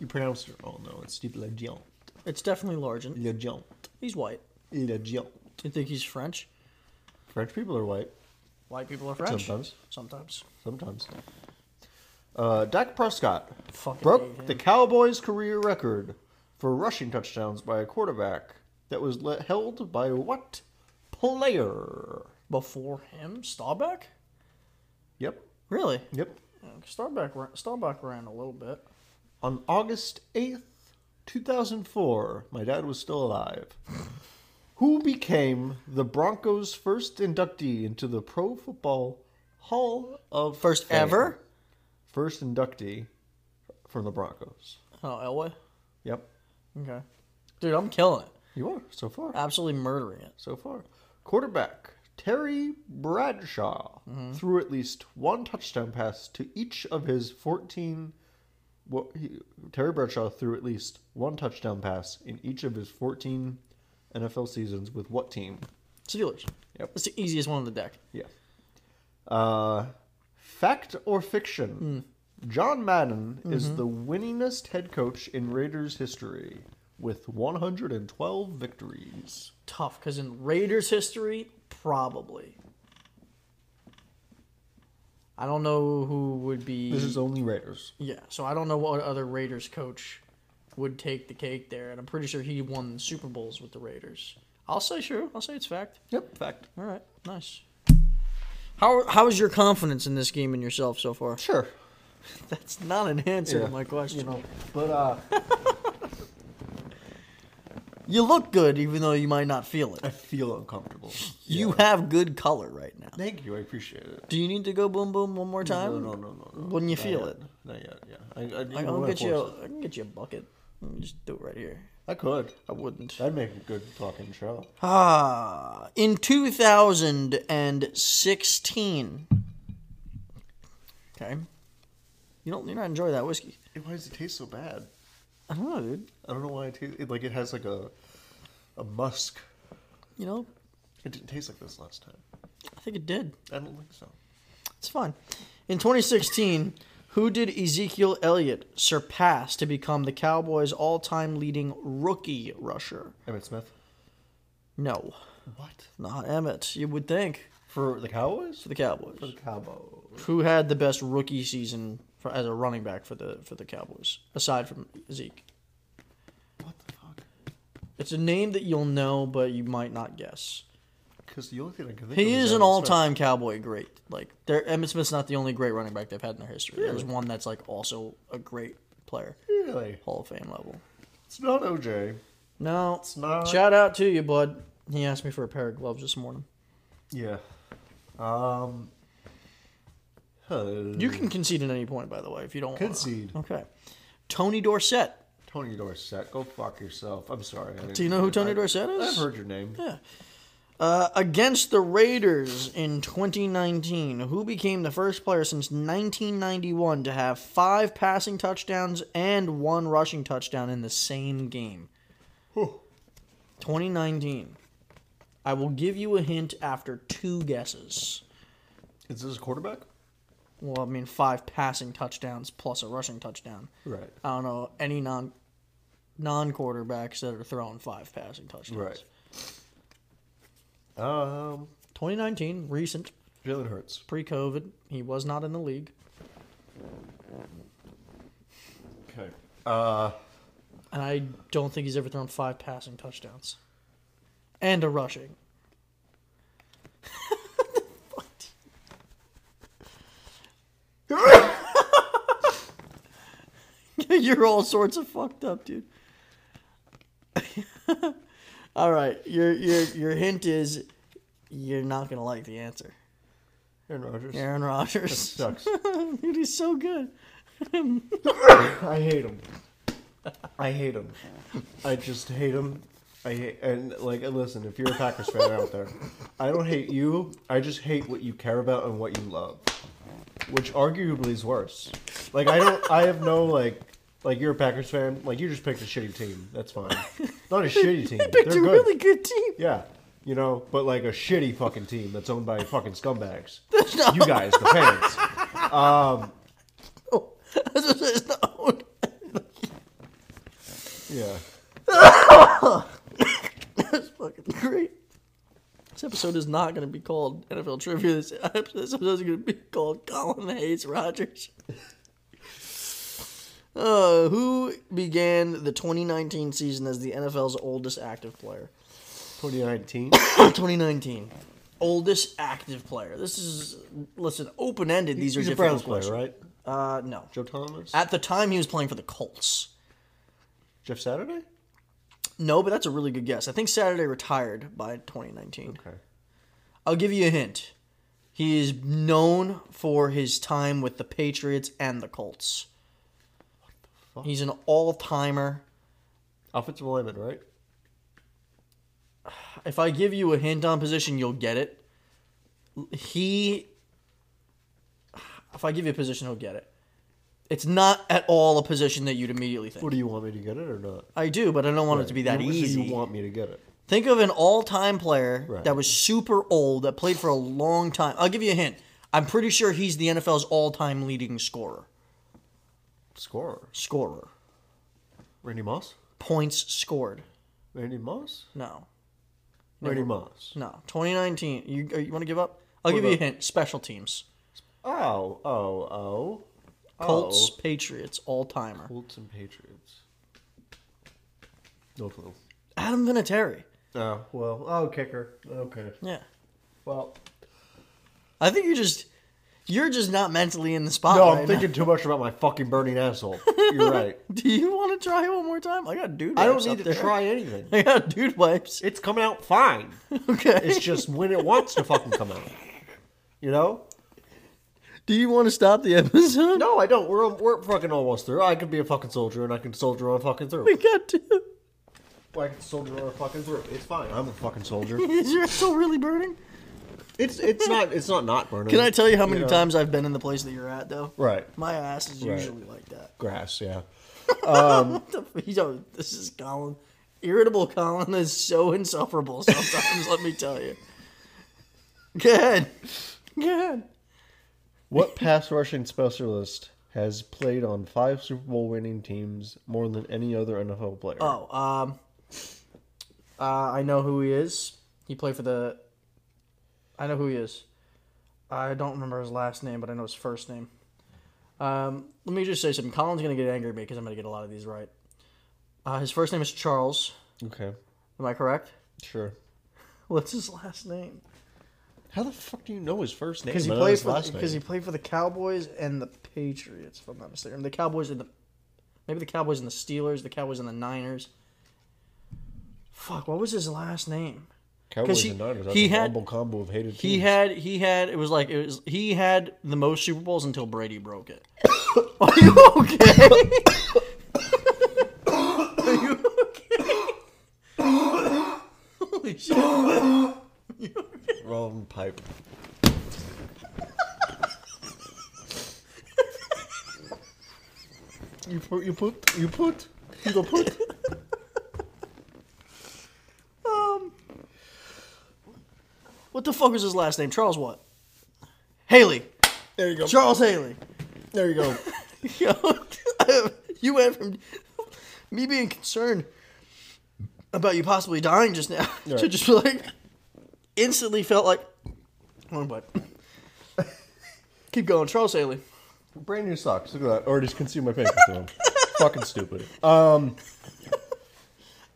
S1: You pronounced it wrong, though. It's Steve Largent.
S2: It's definitely Largent.
S1: Largent.
S2: He's white.
S1: Largent.
S2: You think he's French?
S1: French people are white
S2: White people are French.
S1: Sometimes.
S2: Sometimes.
S1: sometimes. Uh, Dak Prescott
S2: Fucking hate
S1: broke
S2: him.
S1: the Cowboys' career record for rushing touchdowns by a quarterback that was le- held by what player?
S2: Before him, Staubach.
S1: Yep.
S2: Really?
S1: Yep.
S2: Yeah, Staubach. Ran, Staubach ran a little bit.
S1: On August 8th, 2004, my dad was still alive. Who became the Broncos' first inductee into the Pro Football Hall of
S2: First
S1: Fame?
S2: ever?
S1: First inductee from the Broncos.
S2: Oh, Elway.
S1: Yep.
S2: Okay. Dude, I'm killing it.
S1: You are so far.
S2: Absolutely murdering it.
S1: so far. Quarterback Terry Bradshaw threw at least one touchdown pass to each of his 14. What he, Terry Bradshaw threw at least one touchdown pass in each of his 14 NFL seasons with what team?
S2: Steelers.
S1: Yep.
S2: That's the easiest one on the deck.
S1: Yeah. Uh, fact or fiction? John Madden is the winningest head coach in Raiders history with 112 victories.
S2: Tough, because in Raiders history, probably. I don't know who would be.
S1: This is only Raiders.
S2: Yeah, so I don't know what other Raiders coach would take the cake there, and I'm pretty sure he won Super Bowls with the Raiders. I'll say sure. I'll say it's fact.
S1: Yep, fact.
S2: All right, nice. How how is your confidence in this game and yourself so far?
S1: Sure.
S2: That's not an answer
S1: Yeah,
S2: to my question. You,
S1: But uh,
S2: look good, even though you might not feel it.
S1: I feel uncomfortable.
S2: You have good color right now.
S1: Thank you. I appreciate it.
S2: Do you need to go boom boom one more time?
S1: No, no, no, no. no.
S2: Wouldn't Um, you
S1: Not
S2: feel
S1: yet.
S2: it?
S1: Not yet. Yeah. I, I,
S2: I
S1: I
S2: can
S1: wanna
S2: get you.
S1: force
S2: A, I can get you a bucket. Let me Just do it right here.
S1: it. I could.
S2: I wouldn't.
S1: That'd make a good fucking show.
S2: Ah, in 2016. Okay. You don't. You're not enjoying that whiskey.
S1: Why does it taste so bad?
S2: I don't know, dude.
S1: I don't know why it tastes it, like it has like a a musk.
S2: You know,
S1: It didn't taste like this last time.
S2: I think it did.
S1: I don't think so.
S2: It's fine. In 2016, who did Ezekiel Elliott surpass to become the Cowboys' all-time leading rookie rusher?
S1: Emmett Smith.
S2: No,
S1: What
S2: not Emmett. You would think
S1: for the Cowboys?
S2: for the Cowboys.
S1: the Cowboys.
S2: Who had the best rookie season for, as a running back for the for the Cowboys aside from Zeke?
S1: What the fuck?
S2: It's a name that you'll know, but you might not guess.
S1: Because the only thing I can think of
S2: He is an
S1: Emmett
S2: all-time Cowboy great. Like, there, Emmett Smith's not the only great running back they've had in their history. There's one that's like also a great player,
S1: Smith. Really?
S2: Hall of Fame level.
S1: It's not OJ.
S2: No,
S1: It's not.
S2: Shout out to you, bud. He asked me for a pair of gloves this morning.
S1: Yeah. Um. huh.
S2: You can concede at any point, by the way, if you don't wanna.
S1: Mm-hmm. Concede.
S2: Okay. Tony Dorsett.
S1: Tony Dorsett, go fuck yourself. I'm sorry. I
S2: Do you know who Tony
S1: I-
S2: Dorsett is?
S1: I've heard your name.
S2: Uh, against the Raiders in 2019, who became the first player since 1991 to have five passing touchdowns and one rushing touchdown in the same game? 2019. I will give you a hint after two guesses.
S4: Is this a quarterback?
S2: Well, I mean, five passing touchdowns plus a rushing touchdown.
S4: Right.
S2: I don't know any non non quarterbacks that are throwing five passing touchdowns.
S4: Right. Um,
S2: 2019, recent,
S4: Jalen Hurts.
S2: pre COVID, he was not in the league.
S4: Okay.
S2: And I don't think he's ever thrown five passing touchdowns. And a rushing. You're all sorts of fucked up, dude. all right, your your your hint is you're not gonna like the answer.
S4: Aaron Rodgers.
S2: Aaron Rodgers,
S1: Sucks.
S2: dude, he's so good.
S1: I hate him. I hate him. I just hate him. I hate, and like listen, if you're a Packers fan out there, I don't hate you. I just hate what you care about and what you love, which arguably is worse. Like I don't. I have no like. Like you're a Packers fan. Like you just picked a shitty team. That's fine. Not a shitty team. They're
S2: Picked a
S1: good.
S2: really good team.
S1: Yeah. You know, but like a shitty fucking team that's owned by fucking scumbags. You guys, the fans.
S2: It's not-
S1: Yeah.
S2: That's fucking great. This episode is not going to be called NFL Trivia. This episode this episode is going to be called Colin Hayes Rogers. Uh, who began the 2019 season as the NFL's oldest active player?
S1: 2019.
S2: 2019. Oldest active player. This is, listen, open ended. These are
S1: He's a
S2: difficult
S1: Browns player,
S2: questions.
S1: right?
S2: Uh, no.
S1: Joe Thomas.
S2: At the time, he was playing for the Colts.
S1: Jeff Saturday.
S2: No, but that's a really good guess. I think Saturday retired by 2019.
S1: Okay.
S2: I'll give you a hint. He is known for his time with the Patriots and the Colts.
S1: fuck?
S2: He's an all timer.
S1: Offensive lineman, right?
S2: If I give you a hint on position, you'll get it. He. If I give you a position, he'll get it. It's not at all a position that you'd immediately think.
S1: What do you want me to get it or not?
S2: I do, but I don't want it to be that
S1: You- so
S2: easy.
S1: You want me to get it?
S2: Think of an all-time player
S1: Right.
S2: that was super old that played for a long time. I'll give you a hint. I'm pretty sure he's the NFL's all-time leading scorer.
S1: Scorer.
S2: Scorer.
S1: Randy Moss.
S2: Points scored.
S1: Randy Moss.
S2: No.
S1: Randy Moss.
S2: No. 2019. You uh, you want to give up? I'll give you
S1: about-
S2: a hint. Special teams.
S1: Oh, oh, oh.
S2: Colts,
S1: Oh.
S2: Patriots, all-timer.
S1: Colts and Patriots. No clue.
S2: Adam Vinatieri.
S1: Oh well. Oh, kicker. Okay.
S2: Yeah.
S1: Well.
S2: I think you're just you're just not mentally in the spot.
S1: No,
S2: right
S1: I'm thinking too much about my fucking burning asshole. You're right.
S2: now. Do you want to try one more time? I got dude.
S1: I don't
S2: wipes
S1: need
S2: up
S1: to
S2: there.
S1: try anything.
S2: I got dude wipes.
S1: It's coming out fine.
S2: Okay.
S1: It's just when it wants to fucking come out. You know?
S2: Do you want to stop the episode?
S1: No, I don't. We're we're fucking almost through. I could be a fucking soldier and I can soldier on fucking through.
S2: We got to.
S1: I can soldier on fucking through. It's fine. I'm a fucking soldier.
S2: Is your asshole really burning?
S1: it's it's not it's not not burning.
S2: Can I tell you how many
S1: know.
S2: times I've been in the place that you're at, though?
S1: Right.
S2: My ass is
S1: Right.
S2: usually like that.
S1: Grass. Yeah.
S2: What the f- you know, this is Colin. Irritable Colin is so insufferable sometimes, let me tell you. Go ahead. Go ahead.
S4: What pass rushing specialist has played on five Super Bowl winning teams more than any other NFL player?
S2: Oh, um, uh, I know who he is. He played for the. I know who he is. I don't remember his last name, but I know his first name. Um, let me just say something. Colin's gonna get angry at me because I'm gonna get a lot of these right. Uh, his first name is Charles.
S4: Okay,
S2: Am I correct?
S4: sure.
S2: What's his last name?
S4: How the fuck do you know his first name?
S2: Because he
S4: and
S2: played
S4: his
S2: for
S4: last
S2: because he
S4: name?
S2: played for the Cowboys and the Patriots, if I'm not mistaken. The Cowboys and the maybe the Cowboys and the Steelers, the Cowboys and the Niners. Fuck, what was his last name?
S4: Cowboys
S2: he-
S4: and Niners. That's
S2: he
S4: a
S2: had-
S4: horrible combo of hated
S2: He
S4: teams.
S2: had he had it was like it was he had the most Super Bowls until Brady broke it. Are you okay? Are you okay? Holy shit!
S1: Wrong pipe.
S4: you put you put you put you go put.
S2: What the fuck was his last name? Charles what? Haley.
S5: There you go.
S2: Charles Haley.
S5: There you go.
S2: Yo, you went from me being concerned about you possibly dying just now to
S5: Right.
S2: just like instantly felt like wrong butt. Keep going, Charles Haley.
S1: Brand new socks. Look at that. Or just consume my paper to them. Fucking stupid. Uh,
S2: I'm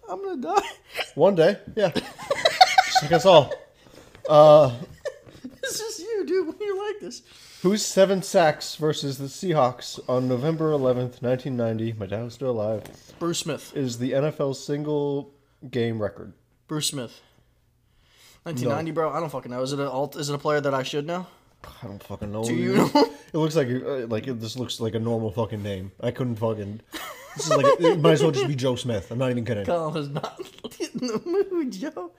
S2: gonna die.
S1: one day, yeah. Just like us all.
S2: It's just you, dude. When you're like this,
S1: Who's seven sacks versus the Seahawks on November 11th, 1990? My dad was still alive.
S2: Bruce Smith.
S1: Is the NFL single game record?
S2: Bruce Smith. 1990, bro. I don't fucking know. Is it a alt? Is it a player that I should know?
S1: I don't fucking know.
S2: Do you know?
S1: It looks like uh, like it, this looks like a normal fucking name. I couldn't fucking. This is like it might as well just be Joe Smith. I'm not even kidding.
S2: Colin was not in the mood, yo.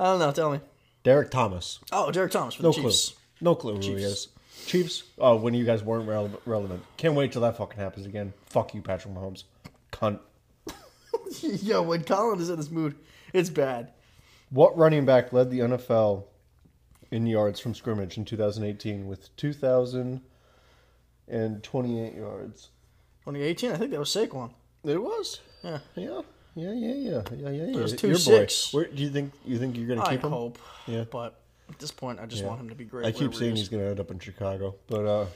S2: I don't know. Tell me.
S1: Derek Thomas.
S2: Oh, Derek Thomas for the
S1: No
S2: Chiefs.
S1: clue. No clue who he is. Chiefs. Oh, when you guys weren't rele- relevant. Can't wait till that fucking happens again. Fuck you, Patrick Mahomes. Cunt.
S2: Yo, when Colin is in this mood, it's bad.
S1: What running back led the NFL in yards from scrimmage in 2018 with 2,028 yards?
S2: 2018, I think that was Saquon.
S1: It was.
S2: Yeah.
S1: Yeah. Yeah. Yeah. Yeah. Yeah. Yeah. Yeah.
S2: was
S1: Your
S2: 2-6.
S1: boy. Where do you think you think you're gonna
S2: I
S1: keep him?
S2: hope.
S1: Yeah.
S2: But at this point, I just
S1: Yeah.
S2: want him to be great.
S1: I keep
S2: wherever he
S1: saying
S2: is.
S1: he's gonna end up in Chicago, but uh,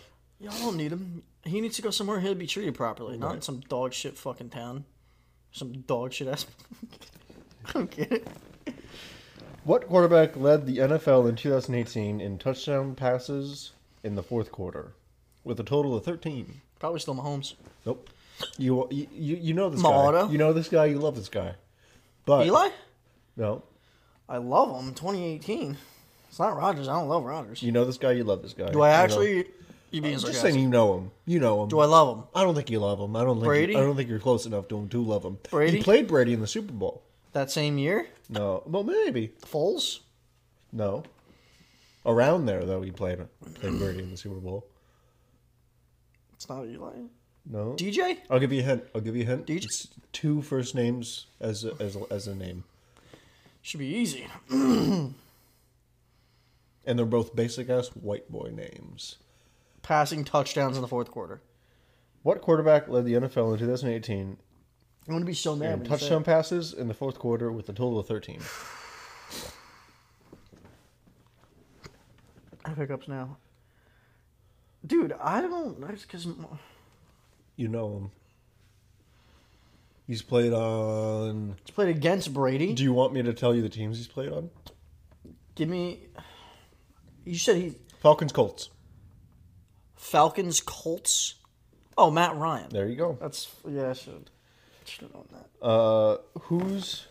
S2: Y'all don't need him. He needs to go somewhere he'll be treated properly, not in some dog shit fucking town. Some dog shit ass. I don't get it.
S1: what quarterback led the NFL in 2018 in touchdown passes in the fourth quarter, with a total of 13?
S2: Probably still Mahomes.
S1: Nope. You you you you know this
S2: Mauler.
S1: guy. You know this guy. You love this guy. But
S2: Eli?
S1: No.
S2: I love him. 2018. It's not Rodgers. I don't love Rodgers.
S1: You know this guy. You love this guy.
S2: Do I
S1: You know-
S2: actually? You being
S1: I'm just
S2: sarcastic.
S1: saying you know him. You know him.
S2: Do I love him?
S1: I don't think you love him. I don't think
S2: Brady?
S1: I don't think you're close enough to him to love him.
S2: Brady?
S1: You played Brady in the Super Bowl.
S2: That same year,
S1: No. Well, maybe.
S2: Foles.
S1: No. Around there though, he played played Brady in the Super Bowl.
S2: It's not Eli.
S1: No.
S2: DJ.
S1: I'll give you a hint. I'll give you a hint.
S2: Did you-
S1: It's two first names as a, as a, as a name,
S2: Should be easy.
S1: and they're both basic ass white boy names.
S2: Passing touchdowns in the fourth quarter.
S1: What quarterback led the NFL in 2018
S2: I'm gonna be so mad.
S1: in
S2: when you say
S1: touchdown
S2: it.
S1: passes in the fourth quarter with a total of 13?
S2: I have hiccups now. Dude, I don't. That's because he's
S1: You know him. He's played on.
S2: played against Brady.
S1: Do you want me to tell you the teams he's played on?
S2: Give me. You said he
S1: Falcons, Colts.
S2: Falcons, Colts. Oh, Matt Ryan.
S1: There you go.
S2: That's yeah. I should should have known that.
S1: Uh, whose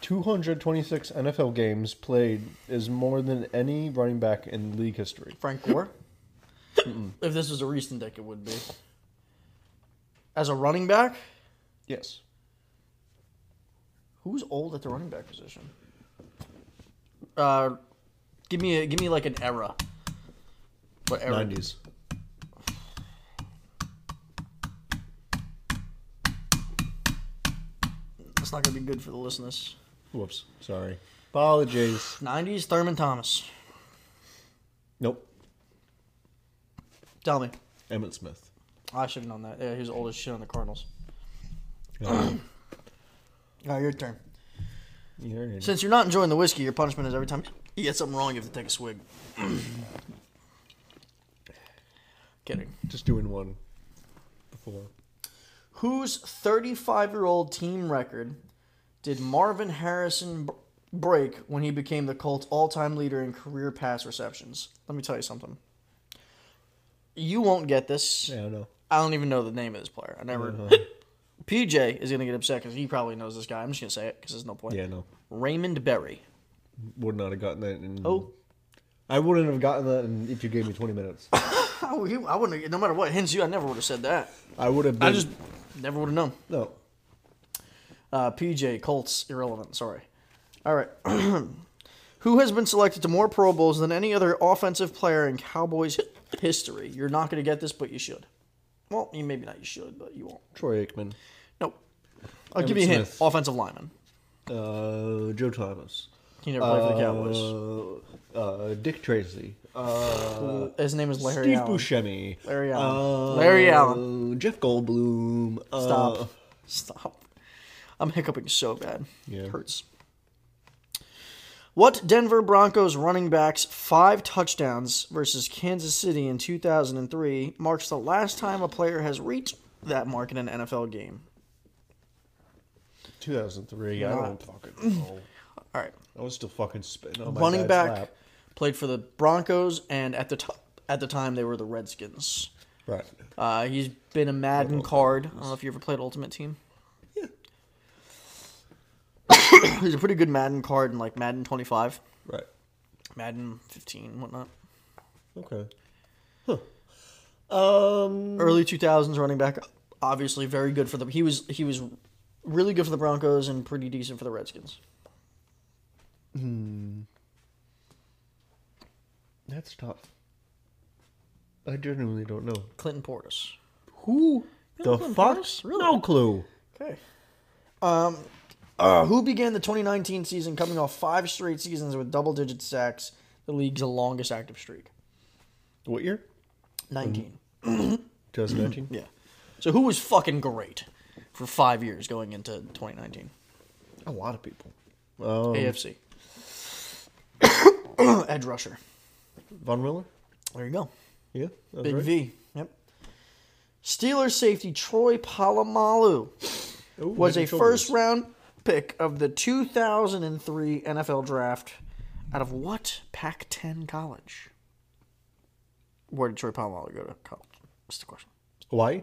S1: 226 NFL games played is more than any running back in league history?
S2: Frank Gore? if this was a recent deck, it would be. As a running back,
S1: Yes.
S2: who's old at the running back position? Uh, give me a, give me like an era. What era?
S1: 90s.
S2: That's not gonna be good for the listeners.
S1: Whoops. Sorry. Apologies.
S2: Nineties Thurman Thomas.
S1: Nope.
S2: Tell me,
S1: Emmett Smith.
S2: I should have known that. Yeah, he was old as shit on the Cardinals.
S1: Yeah.
S2: All right, your turn.
S1: You're an idiot.
S2: Since you're not enjoying the whiskey, your punishment is every time you get something wrong, you have to take a swig. Kidding.
S1: Just doing one before.
S2: Whose 35 year old team record did Marvin Harrison b- break when he became the Colts' all time leader in career pass receptions? Let me tell you something. You won't get this.
S1: Yeah, Uh-huh. I know.
S2: I don't even know the name of this player. I never. PJ is going to get upset because he probably knows this guy. I'm just going to say it because there's no point.
S1: Yeah, no.
S2: Raymond Berry.
S1: Would not have gotten that. In,
S2: Oh.
S1: I wouldn't have gotten that in, if you gave me 20 minutes.
S2: Oh, he, I wouldn't. No matter what hints you, I never would have said that.
S1: I would have been.
S2: I just never would have known.
S1: No.
S2: Uh, PJ Colts irrelevant. Sorry. All right. Who has been selected to more Pro Bowls than any other offensive player in Cowboys history? You're not going to get this, but you should. Well, you maybe not. You should, but you won't.
S1: Troy Aikman.
S2: Nope. I'll give you a hint.
S1: Smith.
S2: Offensive lineman.
S1: Uh, Joe Thomas.
S2: He never played for the Cowboys.
S1: Uh, uh, Dick Tracy. Uh,
S2: His name is Larry
S1: Steve
S2: Allen.
S1: Buscemi.
S2: Larry Allen.
S1: Uh,
S2: Larry Allen.
S1: Jeff Goldblum. uh,
S2: Stop. Stop. I'm hiccuping so bad.
S1: Yeah.
S2: It hurts. What Denver Broncos running backs five touchdowns versus Kansas City in 2003 marks the last time a player has reached that mark in an NFL game?
S1: 2003. I don't fucking know.
S2: All right.
S1: I was still fucking spitting on my
S2: running
S1: dad's
S2: back
S1: lap.
S2: played for the Broncos and at the t- at the time they were the Redskins.
S1: Right.
S2: Uh, he's been a Madden card. I don't know if you ever played Ultimate Team. Yeah. he's a pretty good Madden card in like Madden 25,
S1: Right.
S2: Madden 15, whatnot.
S1: Okay. Huh. Um.
S2: Early 2000s running back, obviously very good for them. He was he was really good for the Broncos and pretty decent for the Redskins.
S1: That's tough. I genuinely don't know.
S2: Clinton Portis.
S1: Who the
S2: Clinton
S1: fuck?
S2: Portis? Really?
S1: No clue.
S2: Okay. Um, uh, who began the 2019 season coming off five straight seasons with double-digit sacks, the league's longest active streak?
S1: What year?
S2: 19.
S1: 2019.
S2: Yeah. So who was fucking great for five years going into 2019?
S1: A lot of people. Um,
S2: AFC. Edge rusher.
S1: Von Miller.
S2: There you go.
S1: Yeah. that was
S2: Big
S1: right.
S2: V. Yep. Steelers safety Troy Polamalu
S1: Ooh,
S2: was
S1: head
S2: a
S1: and shoulders.
S2: first round pick of the 2003 NFL draft out of what Pac 10 college? Where did Troy Polamalu go to college? That's the question.
S1: Hawaii.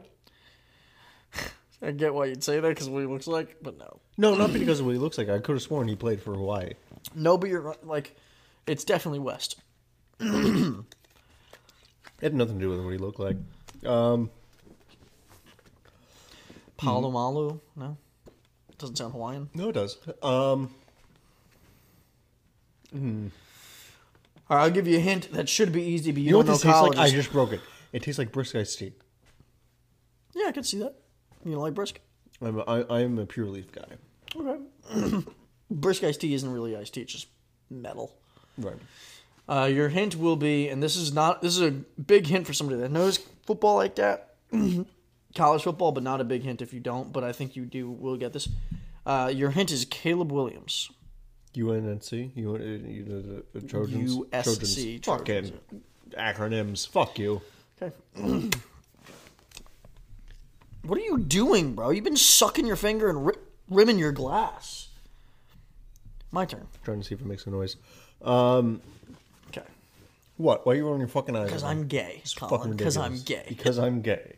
S2: I get why you'd say that because what he looks like, but no.
S1: No, not because of what he looks like. I could have sworn he played for Hawaii.
S2: No, but you're right, like, it's definitely West.
S1: It had nothing to do with what he looked like. Um,
S2: Palomalu? No. Doesn't sound Hawaiian.
S1: no, it does. Um,
S2: All right, I'll give you a hint that should be easy, but you,
S1: you know what
S2: don't know
S1: this tastes like?
S2: colleges.
S1: I just broke it. It tastes like brisk iced tea.
S2: Yeah, I can see that. You don't like brisk?
S1: I'm a, I, I'm a pure leaf guy.
S2: Okay. brisk iced tea isn't really iced tea, it's just metal.
S1: Right.
S2: Uh, your hint will be, and this is not, this is a big hint for somebody that knows football like that, college football, but not a big hint if you don't. But I think you do will get this. Uh, your hint is Caleb Williams,
S1: UNNC. You, you, Uh, the Trojans.
S2: USC
S1: Trojans. Fucking acronyms. Fuck you.
S2: Okay. what are you doing, bro? You've been sucking your finger and ri- rimming your glass. My turn.
S1: Trying to see if it makes a noise. Um,
S2: Okay.
S1: what? Why are you rolling your fucking eyes?
S2: Because
S1: at me?
S2: I'm gay,
S1: fucking
S2: Colin. Because I'm
S1: ridiculous.
S2: gay.
S1: Because I'm gay.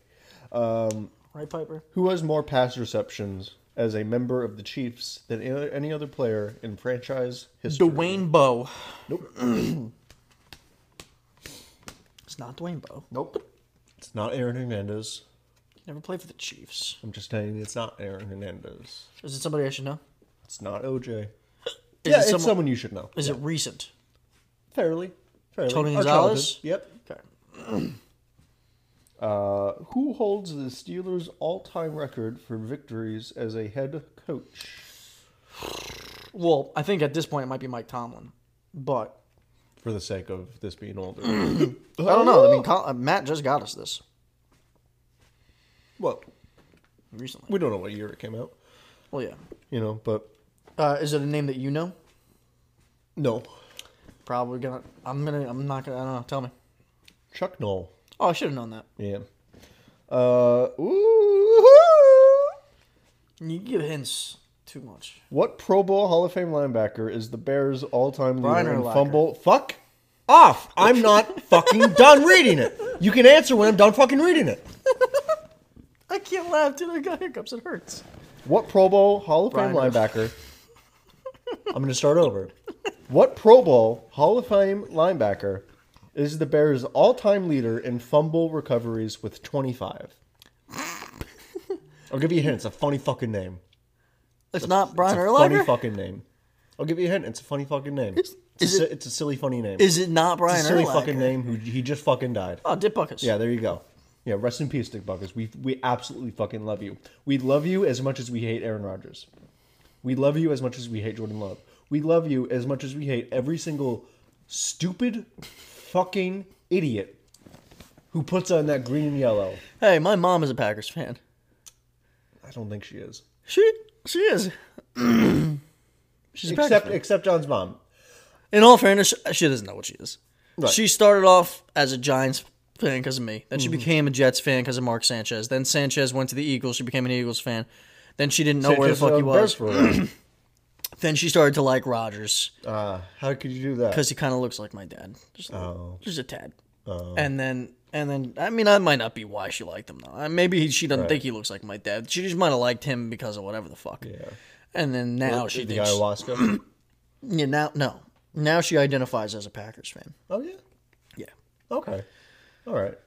S2: Right, Piper?
S1: Who has more pass receptions as a member of the Chiefs than a- any other player in franchise history?
S2: Dwayne Bowe.
S1: Nope.
S2: It's not Dwayne Bowe.
S1: Nope. It's not Aaron Hernandez.
S2: He never played for the Chiefs.
S1: I'm just saying it's not Aaron Hernandez.
S2: Is it somebody I should know?
S1: It's not OJ.
S2: Is
S1: yeah,
S2: it
S1: it's
S2: someone-
S1: someone, you should know.
S2: Is it recent?
S1: fairly? Fairly.
S2: Tony
S1: Our
S2: Gonzalez?
S1: childhood. Yep.
S2: Okay.
S1: Uh, who holds the Steelers' all-time record for victories as a head coach?
S2: Well, I think at this point it might be Mike Tomlin. But
S1: For the sake of this being older.
S2: I don't know. I mean, Col- uh, Matt just got us this
S1: well,
S2: recently.
S1: we don't know what year it came out,
S2: Well, yeah.
S1: you know, but
S2: Uh, is it a name that you know?
S1: no.
S2: Probably gonna. I'm gonna. I'm not gonna. I don't know. Tell me.
S1: Chuck Noll.
S2: Oh, I should have known that.
S1: Yeah. Uh, ooh.
S2: You give hints too much.
S1: What Pro Bowl Hall of Fame linebacker is the Bears' all-time
S2: Brian
S1: leader in
S2: Urlacher.
S1: fumble? Fuck off! I'm not fucking done reading it. You can answer when I'm done fucking reading it.
S2: I can't laugh, dude. I got hiccups. It hurts.
S1: What Pro Bowl Hall of Fame
S2: Brian
S1: linebacker? I'm going to start over. What Pro Bowl Hall of Fame linebacker is the Bears' all-time leader in fumble recoveries with 25? I'll give you a hint. It's a funny fucking name.
S2: It's not Brian
S1: it's a funny
S2: Urlacher.
S1: fucking name. I'll give you a hint. It's a funny fucking name. It's,
S2: is
S1: a, si- it's a silly funny name.
S2: Is it not
S1: it's
S2: Brian
S1: a silly
S2: Urlacher?
S1: fucking name. Who he just fucking died.
S2: Oh, Dip Buckus.
S1: Yeah, there you go. Yeah, rest in peace, Dick Buckers. We we absolutely fucking love you. We love you as much as we hate Aaron Rodgers. We love you as much as we hate Jordan Love. We love you as much as we hate every single stupid fucking idiot who puts on that green and yellow.
S2: Hey, my mom is a Packers fan.
S1: I don't think she is.
S2: She she is. She's a Packers
S1: except
S2: fan.
S1: except John's mom.
S2: In all fairness, she doesn't know what she is.
S1: Right.
S2: She started off as a Giants fan because of me. Then
S1: Hmm.
S2: she became a Jets fan because of Mark Sanchez. Then Sanchez went to the Eagles. She became an Eagles fan. Then she didn't know where the
S1: Sanchez
S2: fuck he
S1: on
S2: was.
S1: uh, Bears for-
S2: Then she started to like Rodgers
S1: uh, how could you do that?
S2: because he kind of looks like my dad, just a,
S1: Oh.
S2: little- just a tad. And then and then I mean that might not be why she liked him though. Uh, Maybe he, she doesn't think he looks like my dad. She just might have liked him because of whatever the fuck.
S1: Yeah.
S2: And then now oh, she
S1: the
S2: thinks
S1: ayahuasca.
S2: yeah now no now she identifies as a Packers fan.
S1: oh yeah.
S2: Yeah.
S1: Okay. All right.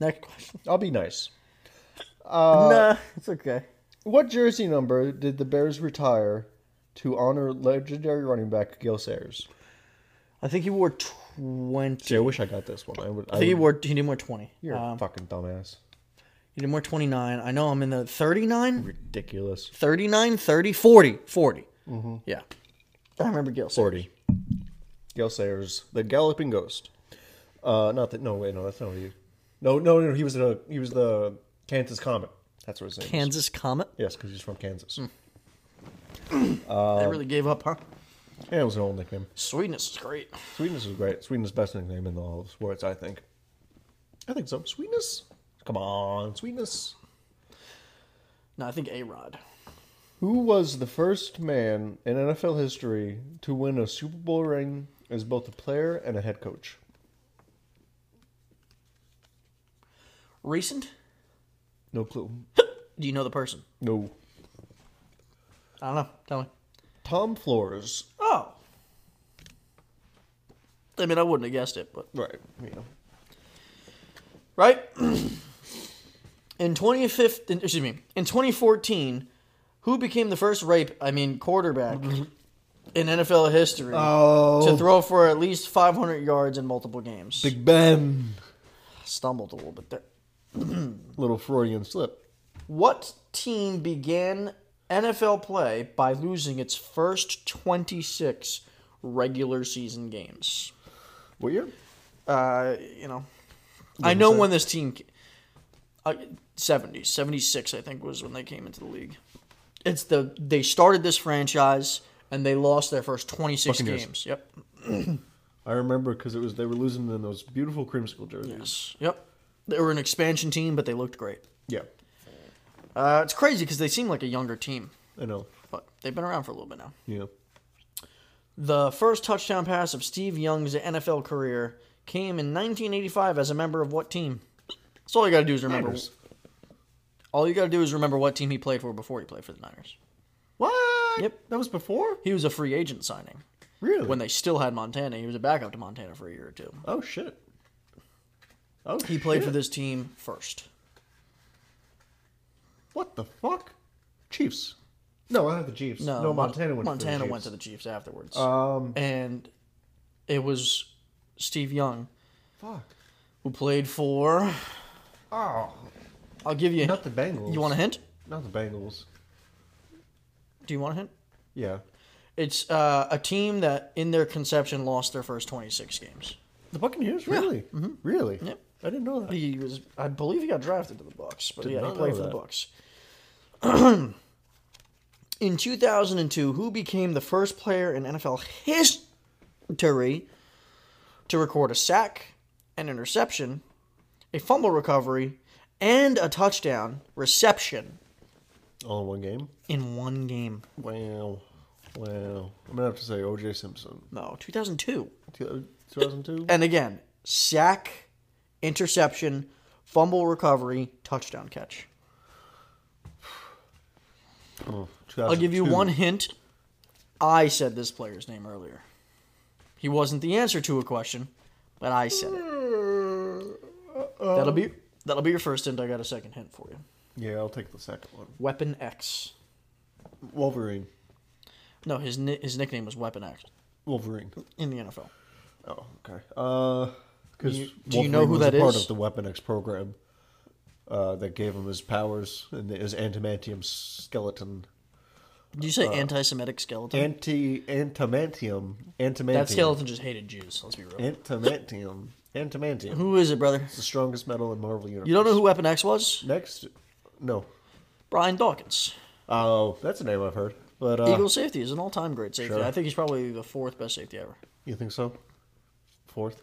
S2: Next question.
S1: I'll be nice. Uh,
S2: nah, it's okay.
S1: What jersey number did the Bears retire to honor legendary running back Gil Sayers?
S2: I think he wore twenty.
S1: See, I wish I got this one. I would. I
S2: I think he
S1: would-
S2: wore. He didn't wear twenty.
S1: You're
S2: Um,
S1: a fucking dumbass.
S2: he didn't wear twenty nine. I know I'm in the 39?
S1: Ridiculous.
S2: 39, 30, 40, 40. Yeah, I remember Gil. saying-
S1: Forty. Gil Sayers, the Galloping Ghost. Uh, not that. No, wait, no, that's not what he. No, no, no. He was the he was the Kansas Comet. That's what his name. is.
S2: Kansas Comet.
S1: Yes, because he's from Kansas. Uh,
S2: they really gave up, huh?
S1: Yeah, it was an old nickname.
S2: Sweetness is great.
S1: Sweetness is great. Sweetness best nickname in all of sports, I think. I think so. Sweetness. Come on, sweetness.
S2: No, I think A Rod.
S1: Who was the first man in NFL history to win a Super Bowl ring as both a player and a head coach?
S2: Recent?
S1: No clue.
S2: Do you know the person?
S1: No.
S2: I don't know. Tell me.
S1: Tom Flores.
S2: Oh. I mean, I wouldn't have guessed it, but
S1: Right. Yeah.
S2: right? in 2015, excuse me, in 2014, who became the first rape, I mean quarterback, in NFL history to throw for at least 500 yards in multiple games?
S1: Big Ben.
S2: Stumbled a little bit there.
S1: Little Freudian slip.
S2: What team began NFL play by losing its first 26 regular season games?
S1: What year?
S2: Uh, you know, I know when this team, ca- uh, 70s, 76, I think was when they came into the league. It's the they started this franchise and they lost their first 26
S1: Buccaneers.
S2: games. Yep.
S1: I remember because it was they were losing in those beautiful creamsicle jerseys.
S2: Yes. Yep. They were an expansion team, but they looked great.
S1: Yeah.
S2: Uh, it's crazy because they seem like a younger team,
S1: I know.
S2: but they've been around for a little bit now.
S1: Yeah.
S2: The first touchdown pass of Steve Young's NFL career came in 1985 as a member of what team? That's all you got to do is remember.
S1: Niners.
S2: All you got to do is remember what team he played for before he played for the Niners.
S1: What?
S2: Yep.
S1: That was before?
S2: He was a free agent signing
S1: Really?
S2: when they still had Montana. He was a backup to Montana for a year or two.
S1: oh shit. Oh
S2: He played for
S1: shit.
S2: this team first.
S1: What the fuck? Chiefs. No, I have the Chiefs.
S2: No,
S1: No,
S2: Mon-
S1: Montana went
S2: Montana
S1: for the
S2: went to
S1: Chiefs.
S2: the Chiefs afterwards,
S1: Um
S2: and it was Steve Young
S1: fuck.
S2: who played for.
S1: Oh,
S2: I'll give you.
S1: not the Bengals.
S2: you want a hint?
S1: Not the Bengals.
S2: Do you want a hint?
S1: Yeah.
S2: It's uh, a team that, in their conception, lost their first 26 games.
S1: The Buccaneers, really?
S2: Mm-hmm.
S1: Really?
S2: Yep.
S1: I didn't know that.
S2: He was, I believe, he got drafted to the Bucks, but
S1: Did
S2: yeah,
S1: not
S2: he played
S1: know
S2: for the
S1: that.
S2: Bucks. in 2002, who became the first player in NFL history to record a sack, an interception, a fumble recovery, and a touchdown reception
S1: All in one game?
S2: in one game?
S1: Wow. Wow. I'm gonna have to say OJ Simpson. uh,
S2: No, 2002.
S1: Two thousand two?
S2: And again, sack, interception, fumble recovery, touchdown catch.
S1: Hmm.
S2: I'll give you one hint. I said this player's name earlier. He wasn't the answer to a question, but I said it. That'll be that'll be your first hint. I got a second hint for you.
S1: Yeah, I'll take the second one.
S2: Weapon X.
S1: Wolverine.
S2: No, his ni- his nickname was Weapon X
S1: Wolverine.
S2: in the NFL.
S1: Oh, okay. Uh, because
S2: You- do you know who that
S1: Part
S2: is?
S1: of the Weapon X program uh, that gave him his powers and his adamantium skeleton.
S2: Did you say anti-Semitic skeleton?
S1: Anti antimantium. Antimantium.
S2: that skeleton just hated Jews. Let's be real.
S1: Antimantium. Antimantium.
S2: Who is it, brother?
S1: It's the strongest metal in Marvel Universe.
S2: You don't know who Weapon X was?
S1: Next, no.
S2: Brian Dawkins.
S1: Oh, that's a name I've heard. But uh,
S2: Eagle safety is an all-time great safety.
S1: sure.
S2: I think he's probably the fourth best safety ever.
S1: you think so? Fourth.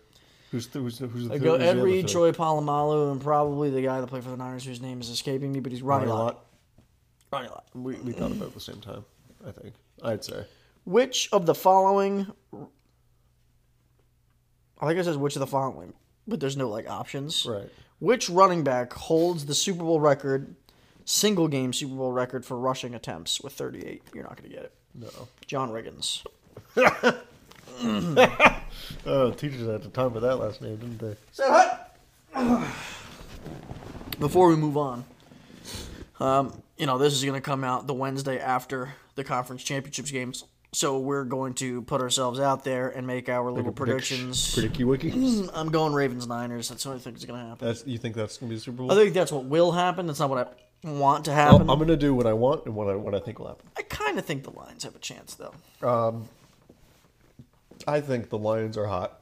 S1: Who's th- who's who's the
S2: I
S1: third?
S2: go
S1: who's the other
S2: every
S1: third?
S2: Troy Polamalu and probably the guy that played for the Niners whose name is escaping me, but he's Ronnie
S1: Ronnie
S2: Lott.
S1: Lott.
S2: Ronnie Lott.
S1: We we thought about it at the same time. I think I'd say
S2: Which of the following? I think it says which of the following, but there's no like options.
S1: right.
S2: Which running back holds the Super Bowl record, single game Super Bowl record for rushing attempts with 38? You're not gonna get it.
S1: No.
S2: John Riggins.
S1: Oh, teachers had the time for that last name, didn't they?
S2: Before we move on, um, you know this is gonna come out the Wednesday after the conference championships games, so we're going to put ourselves out there and make our little predictions. Hmm,
S1: Predicky wiki.
S2: I'm going Ravens Niners. That's the only thing that's gonna happen.
S1: That's you think that's gonna be the Super Bowl?
S2: I think that's what will happen. That's not what I want to happen.
S1: I'm gonna do what I want and what I what I think will happen.
S2: I kind of think the Lions have a chance, though.
S1: I think the Lions are hot.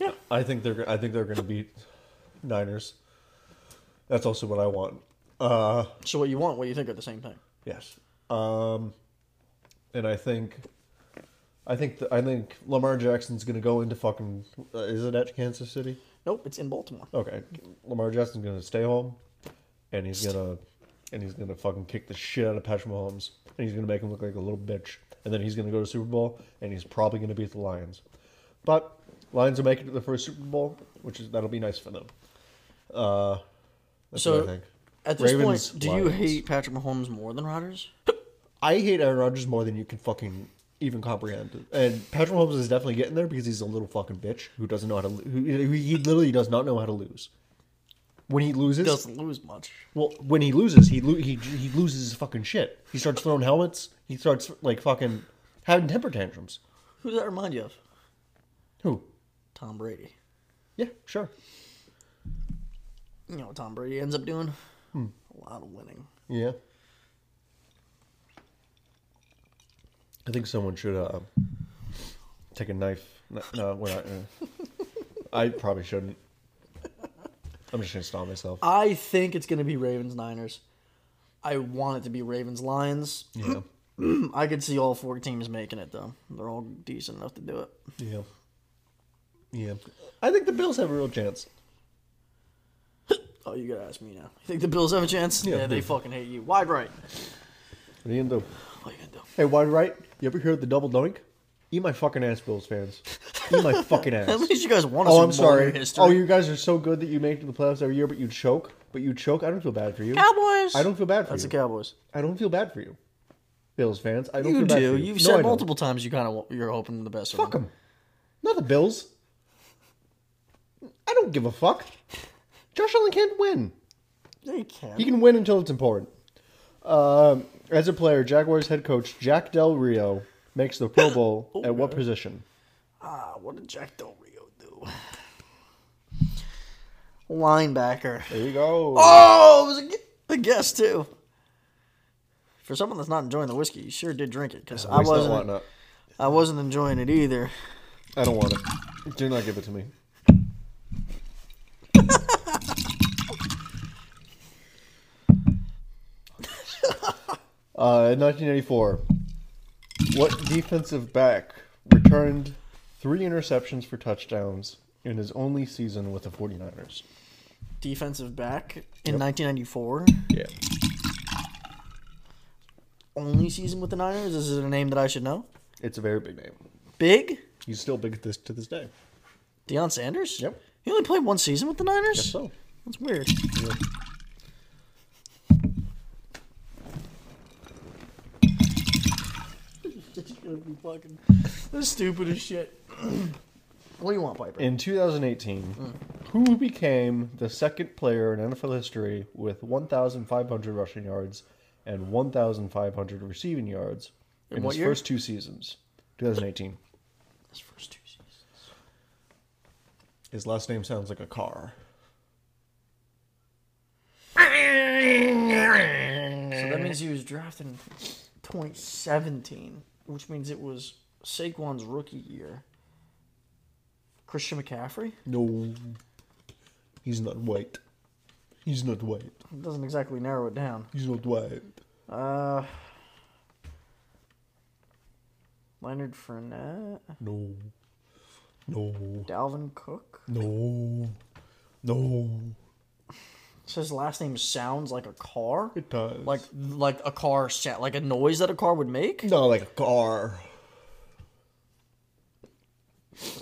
S2: Yeah.
S1: I think they're I think they're gonna beat Niners. That's also what I want.
S2: So what you want, what you think are the same thing.
S1: Yes. Um, and I think, I think the, I think Lamar Jackson's gonna go into fucking. Uh, is it at Kansas City?
S2: Nope, it's in Baltimore.
S1: Okay, Lamar Jackson's gonna stay home, and he's gonna, and he's gonna fucking kick the shit out of Patrick Mahomes, and he's gonna make him look like a little bitch, and then he's gonna go to Super Bowl, and he's probably gonna beat the Lions, but Lions will make it to the first Super Bowl, which is that'll be nice for them. Uh, that's
S2: So,
S1: what I think.
S2: At this
S1: Ravens,
S2: point, do you
S1: Lions.
S2: hate Patrick Mahomes more than Rodgers?
S1: I hate Aaron Rodgers more than you can fucking even comprehend. And Patrick Mahomes is definitely getting there because he's a little fucking bitch who doesn't know how to. lo- Who, who- he literally does not know how to lose. When he loses,
S2: He doesn't lose much.
S1: well, when he loses, he lo- he he loses his fucking shit. He starts throwing helmets. He starts like fucking having temper tantrums.
S2: Who does that remind you of?
S1: Who?
S2: Tom Brady.
S1: Yeah, sure.
S2: You know what Tom Brady ends up doing?
S1: Hmm.
S2: A lot of winning.
S1: Yeah. I think someone should uh, take a knife. No, no we're not. uh, I probably shouldn't. I'm just gonna stop myself.
S2: I think it's going to be Ravens Niners. I want it to be Ravens Lions.
S1: Yeah,
S2: I could see all four teams making it though. They're all decent enough to do it.
S1: yeah, yeah. I think the Bills have a real chance.
S2: Oh, you gotta ask me now. You think the Bills have a chance?
S1: Yeah.
S2: Yeah, they fucking hate you. Wide right. Oh,
S1: What are you gonna do?
S2: What are you gonna do?
S1: Hey, wide right. You ever hear of the double doink? Eat my fucking ass, Bills fans. Eat my fucking ass.
S2: At least you guys want us.
S1: Oh, I'm sorry.
S2: History.
S1: Oh, you guys are so good that you make it to the playoffs every year, but you choke. But you choke. I don't feel bad for you.
S2: Cowboys.
S1: I don't feel bad for
S2: That's
S1: you.
S2: the Cowboys.
S1: I don't feel bad for you, Bills fans. I don't
S2: You
S1: feel bad
S2: do.
S1: for you.
S2: You've
S1: No, I
S2: said
S1: don't.
S2: multiple times you kind of you're hoping the best.
S1: Fuck them. Not the Bills. I don't give a fuck. Josh Allen can't win.
S2: They can.
S1: He can win until it's important. Um, as a player, Jaguars head coach Jack Del Rio makes the Pro Bowl
S2: Oh,
S1: at what position?
S2: Ah, what did Jack Del Rio do? Linebacker.
S1: There you go.
S2: Oh, it was a, gu- a guess too. For someone that's not enjoying the whiskey, you sure did drink it because I
S1: Waste not,
S2: wasn't.
S1: want not.
S2: I wasn't enjoying it either.
S1: I don't want it. Do not give it to me. uh, in 1984, what defensive back returned three interceptions for touchdowns in his only season with the 49ers?
S2: Defensive back in 1994.
S1: Yeah.
S2: Only season with the Niners. Is it a name that I should know?
S1: It's a very big name.
S2: Big
S1: He's still big at this to this day.
S2: Deion Sanders.
S1: Yep.
S2: He only played one season with the Niners.
S1: So,
S2: That's weird. It's gonna be fucking the stupidest shit. what do you want, Piper?
S1: in 2018, who became the second player in NFL history with 1,500 rushing yards and 1,500 receiving yards in,
S2: what
S1: his
S2: year?
S1: first two seasons? 2018.
S2: His first two seasons.
S1: His last name sounds like a car. Eh.
S2: So that means he was drafted in 2.17, which means it was Saquon's rookie year. Christian McCaffrey
S1: No. He's not white. He's not white.
S2: It doesn't exactly narrow it down.
S1: He's not white.
S2: Uh, Leonard Fournette,
S1: No. No.
S2: Dalvin Cook.
S1: No. No.
S2: So his last name sounds like a car,
S1: It does.
S2: like like a car sound, like a noise that a car would make.
S1: not like a car.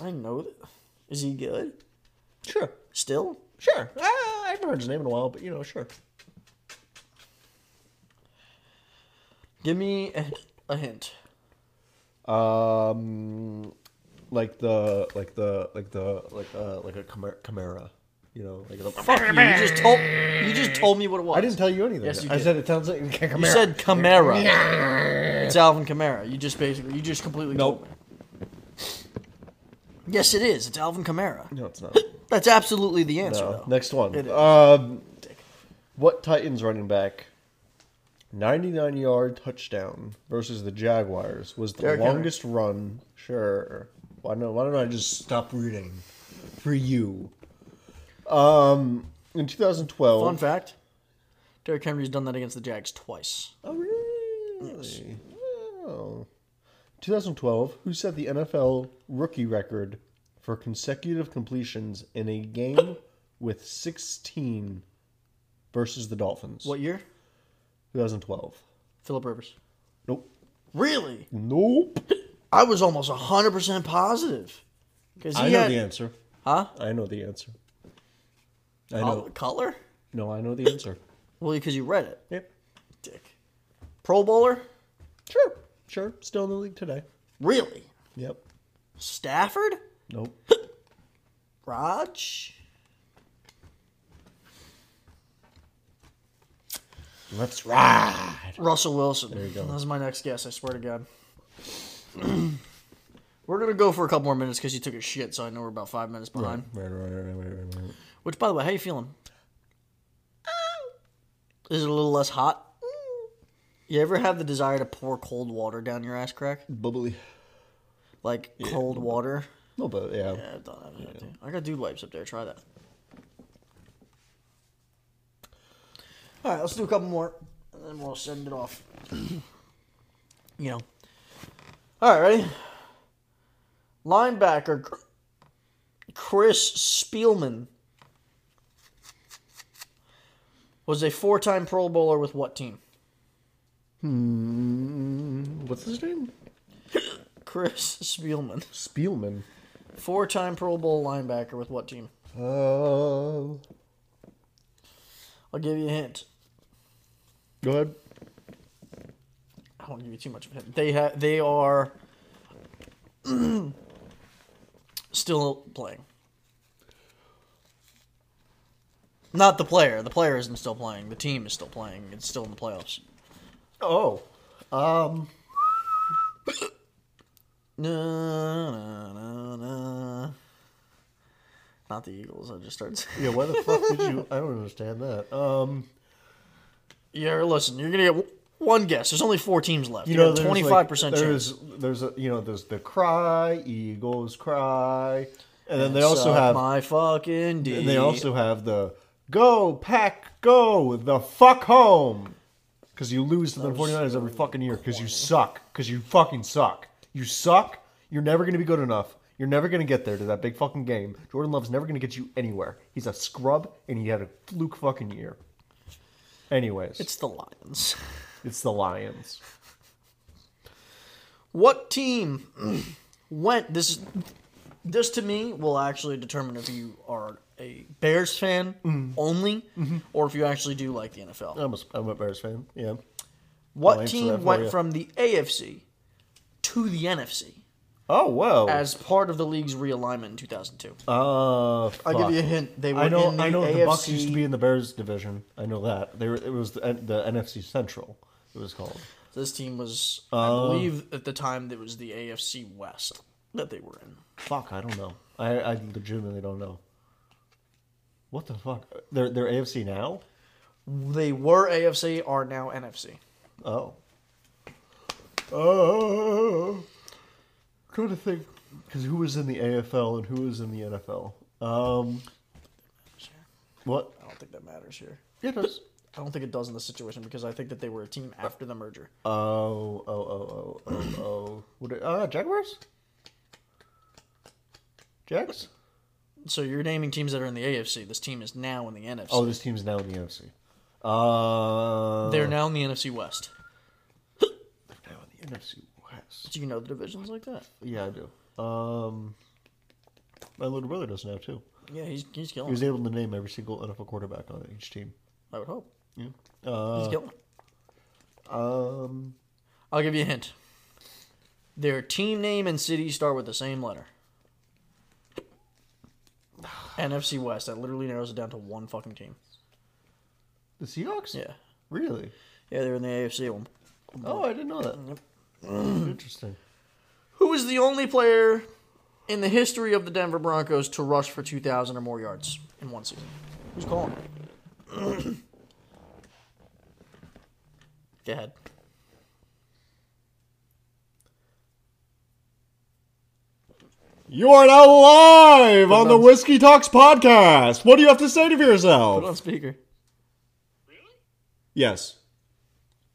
S2: I know that. Is he good
S1: Sure.
S2: still?
S1: Sure. Uh, I haven't heard his name in a while, but you know, sure.
S2: Give me a, a hint.
S1: Um, like the like the like the like uh like a Chimera, chimera you know, like a,
S2: Fuck you! You just told you just told me what it was.
S1: I didn't tell you anything.
S2: Yes, you
S1: I
S2: did.
S1: said it sounds like a
S2: You
S1: chimera.
S2: said Camara. it's Alvin Kamara. You just basically you just completely
S1: nope.
S2: Yes, it is. It's Alvin Kamara.
S1: No, it's not.
S2: That's absolutely the answer.
S1: No.
S2: though.
S1: Next one.
S2: It is.
S1: Um, what Titans running back? 99 yard touchdown versus the Jaguars was the
S2: Derrick Henry.
S1: longest run. Sure. Why don't, why don't I just stop reading for you? Um, in 2012.
S2: Fun fact: Derrick Henry's done that against the Jags twice.
S1: Oh, really? Wow. 2012, who set the NFL rookie record for consecutive completions in a game with 16 versus the Dolphins?
S2: What year?
S1: 2012.
S2: Philip Rivers.
S1: Nope.
S2: Really?
S1: Nope.
S2: I was almost hundred percent positive. Because he
S1: I know
S2: had,
S1: the answer.
S2: huh? Oh.
S1: I know the answer. I
S2: Col-
S1: know.
S2: Color?
S1: No, I know the answer.
S2: Well, because you read it.
S1: Yep.
S2: Dick. Pro Bowler?
S1: Sure. Sure. Still in the league today.
S2: Really?
S1: Yep.
S2: Stafford?
S1: Nope.
S2: Raj?
S1: Let's ride.
S2: Russell Wilson. There
S1: you go.
S2: That's my next guess. I swear to God. we're gonna go for a couple more minutes because you took a shit, so I know we're about five minutes behind.
S1: Right, right, right, right, right, right.
S2: Which, by the way, how you feeling? Is it a little less hot? You ever have the desire to pour cold water down your ass crack?
S1: Bubbly.
S2: Like cold water?
S1: No, but yeah.
S2: Yeah, I've done that. too. I got dude wipes up there. Try that. All right, let's do a couple more, and then we'll send it off. you know. All right, ready? Linebacker Cr- Chris Spielman was a four-time Pro Bowler with what team?
S1: What's his name?
S2: Chris Spielman,
S1: Spielman.
S2: four-time Pro Bowl linebacker with what team?
S1: Uh,
S2: I'll give you a hint.
S1: go ahead.
S2: I won't give you too much of a hint. They have they are still playing. Not the player. The player isn't still playing. The team is still playing. It's still in the playoffs.
S1: Oh, um,
S2: Na, na, na, na. Not the Eagles. I just started. saying-
S1: yeah. Why the fuck did you? I don't understand that. Um,
S2: Yeah, listen. You're gonna get w- one guess. There's only four teams left.
S1: you
S2: You,
S1: know,
S2: got
S1: there's,
S2: twenty five percent
S1: like,
S2: chance.
S1: There's, there's, a, you know, there's the cry, Eagles cry, and then they also
S2: Suck
S1: have,
S2: my fucking D.
S1: and they also have the go pack go the fuck home, because you lose to the 49ers every fucking year because you suck, because you fucking suck, you suck. You're never gonna be good enough. You're never gonna get there to that big fucking game. Jordan Love's never gonna get you anywhere. He's a scrub, and he had a fluke fucking year. Anyways,
S2: It's the Lions.
S1: it's the Lions.
S2: What team went this this to me will actually determine if you are a Bears fan
S1: Mm-hmm.
S2: only or if you actually do like the NFL.
S1: I'm a, I'm a Bears fan. Yeah.
S2: what
S1: I'll answer that
S2: team
S1: for
S2: went
S1: you.
S2: from the AFC to the NFC
S1: Oh whoa.
S2: as part of the league's realignment in 2002?
S1: uh,
S2: I'll give
S1: fuck.
S2: you a hint. They were
S1: I know.
S2: in the
S1: I know.
S2: AFC.
S1: The Bucks used to be in the Bears division. I know that. They were. It was the, the NFC Central. It was called.
S2: This team was I
S1: Oh.
S2: believe at the time it was the AFC West that they were in.
S1: Fuck. I don't know. I, I legitimately don't know. What the fuck? They're they're AFC now.
S2: They were AFC are now NFC.
S1: Oh. Oh, trying to think, because who was in the AFL and who was in the NFL? Um, what?
S2: I don't think that matters here.
S1: Yeah, it does.
S2: I don't think it does in this situation because I think that they were a team after the merger.
S1: Oh, oh, oh, oh, oh, oh. What? Are, uh, Jaguars. Jags.
S2: So you're naming teams that are in the AFC. This team is now in the NFC.
S1: Oh, this team's now in the NFC. Uh,
S2: They're now in the NFC West.
S1: now in the NFC West.
S2: Do you know the divisions like that?
S1: Yeah, I do. Um, my little brother does now too.
S2: Yeah, he's, he's killing.
S1: He was
S2: it.
S1: able to name every single NFL quarterback on each team.
S2: I would hope.
S1: Yeah.
S2: He's
S1: Uh,
S2: killing. it.
S1: um,
S2: I'll give you a hint. Their team name and city start with the same letter. NFC West. That literally narrows it down to one fucking team.
S1: the Seahawks.
S2: Yeah.
S1: Really?
S2: Yeah, they're in the AFC. at one-
S1: Oh, I didn't know that. Mm-hmm. Interesting.
S2: Who is the only player in the history of the Denver Broncos to rush for 2,000 or more yards in one season? Who's calling? Go ahead.
S1: You are now live on
S2: the on-
S1: Whiskey Talks podcast. What do you have to say to
S2: Put it
S1: yourself?
S2: on speaker.
S6: Really?
S1: Yes.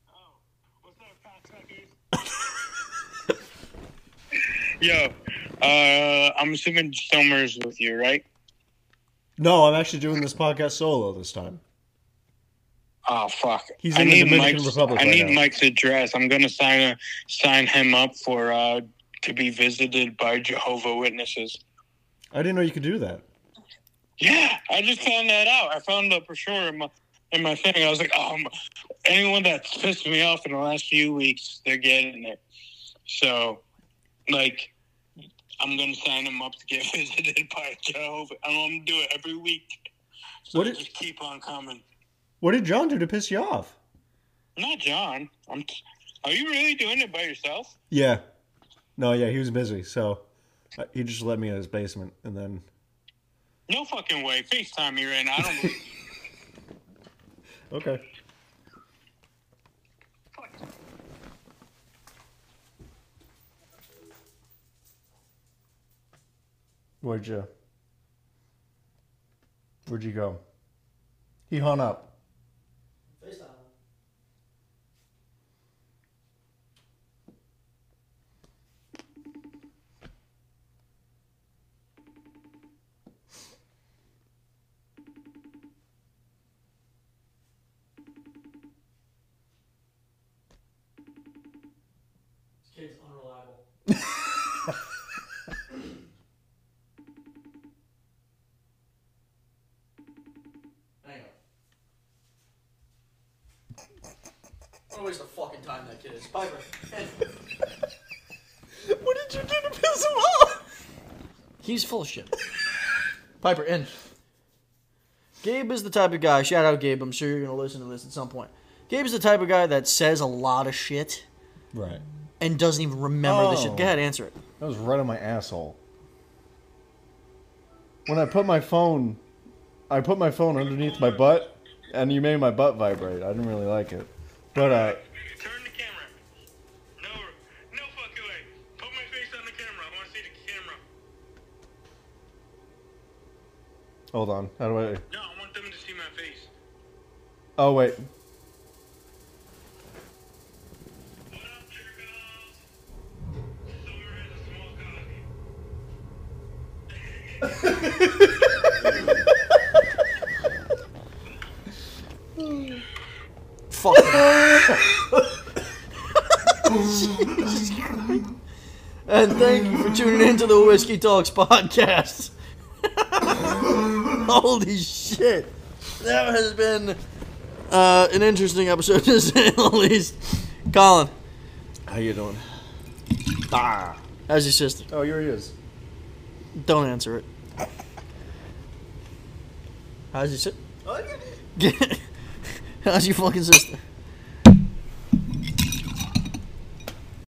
S6: Oh. What's up, cocksuckers? Yo, uh, I'm assuming Summer's with you, right?
S1: No, I'm actually doing this podcast solo this time.
S6: Oh fuck!
S1: He's
S6: I
S1: in the
S6: need
S1: Dominican
S6: Mike's,
S1: Republic
S6: I
S1: right
S6: need
S1: now.
S6: Mike's address. I'm gonna sign a, sign him up for uh, to be visited by Jehovah Witnesses.
S1: I didn't know you could do that.
S6: Yeah, I just found that out. I found the brochure in my in my thing. I was like, um, anyone that's pissed me off in the last few weeks, they're getting it. So, like, I'm gonna sign them up to get visited by Jehovah. I'm gonna do it every week. So
S1: What
S6: they
S1: is-
S6: just keep on coming.
S1: What did John do to piss you off?
S6: Not John. I'm. T- are you really doing it by yourself?
S1: Yeah. No, yeah, he was busy, so uh, he just let me in his basement, and then
S6: No fucking way. FaceTime me right now. I don't. believe-
S1: okay. Where'd you? Where'd you go? He hung up.
S2: Kid's unreliable. Hang on. What a waste of fucking time that kid is. Piper.
S1: What did you do to piss him off?
S2: He's full of shit. Piper, in. Gabe is the type of guy, shout out Gabe, I'm sure you're going to listen to this at some point. Gabe's the type of guy that says a lot of shit
S1: Right.
S2: and doesn't even remember the
S1: Oh.
S2: shit. Go ahead, answer it.
S1: That was right on my asshole. When I put my phone, I put my phone underneath my butt, and you made my butt vibrate. I didn't really like it, but uh,
S6: Turn the camera. No, no fucking way. Put my face on the camera. I want to see the camera.
S1: hold on. How do I?
S6: No, I want them to see my face.
S1: Oh wait.
S6: What up, jerk-offs? Summer has a small cock.
S2: Fuck. and thank you for tuning into the Whiskey Talks podcast. Holy shit. That has been uh, an interesting episode to say the least. Colin,
S1: How you doing?
S2: how's your sister?
S1: Oh, here he is.
S2: Don't answer it. How's your sister? How's your fucking sister?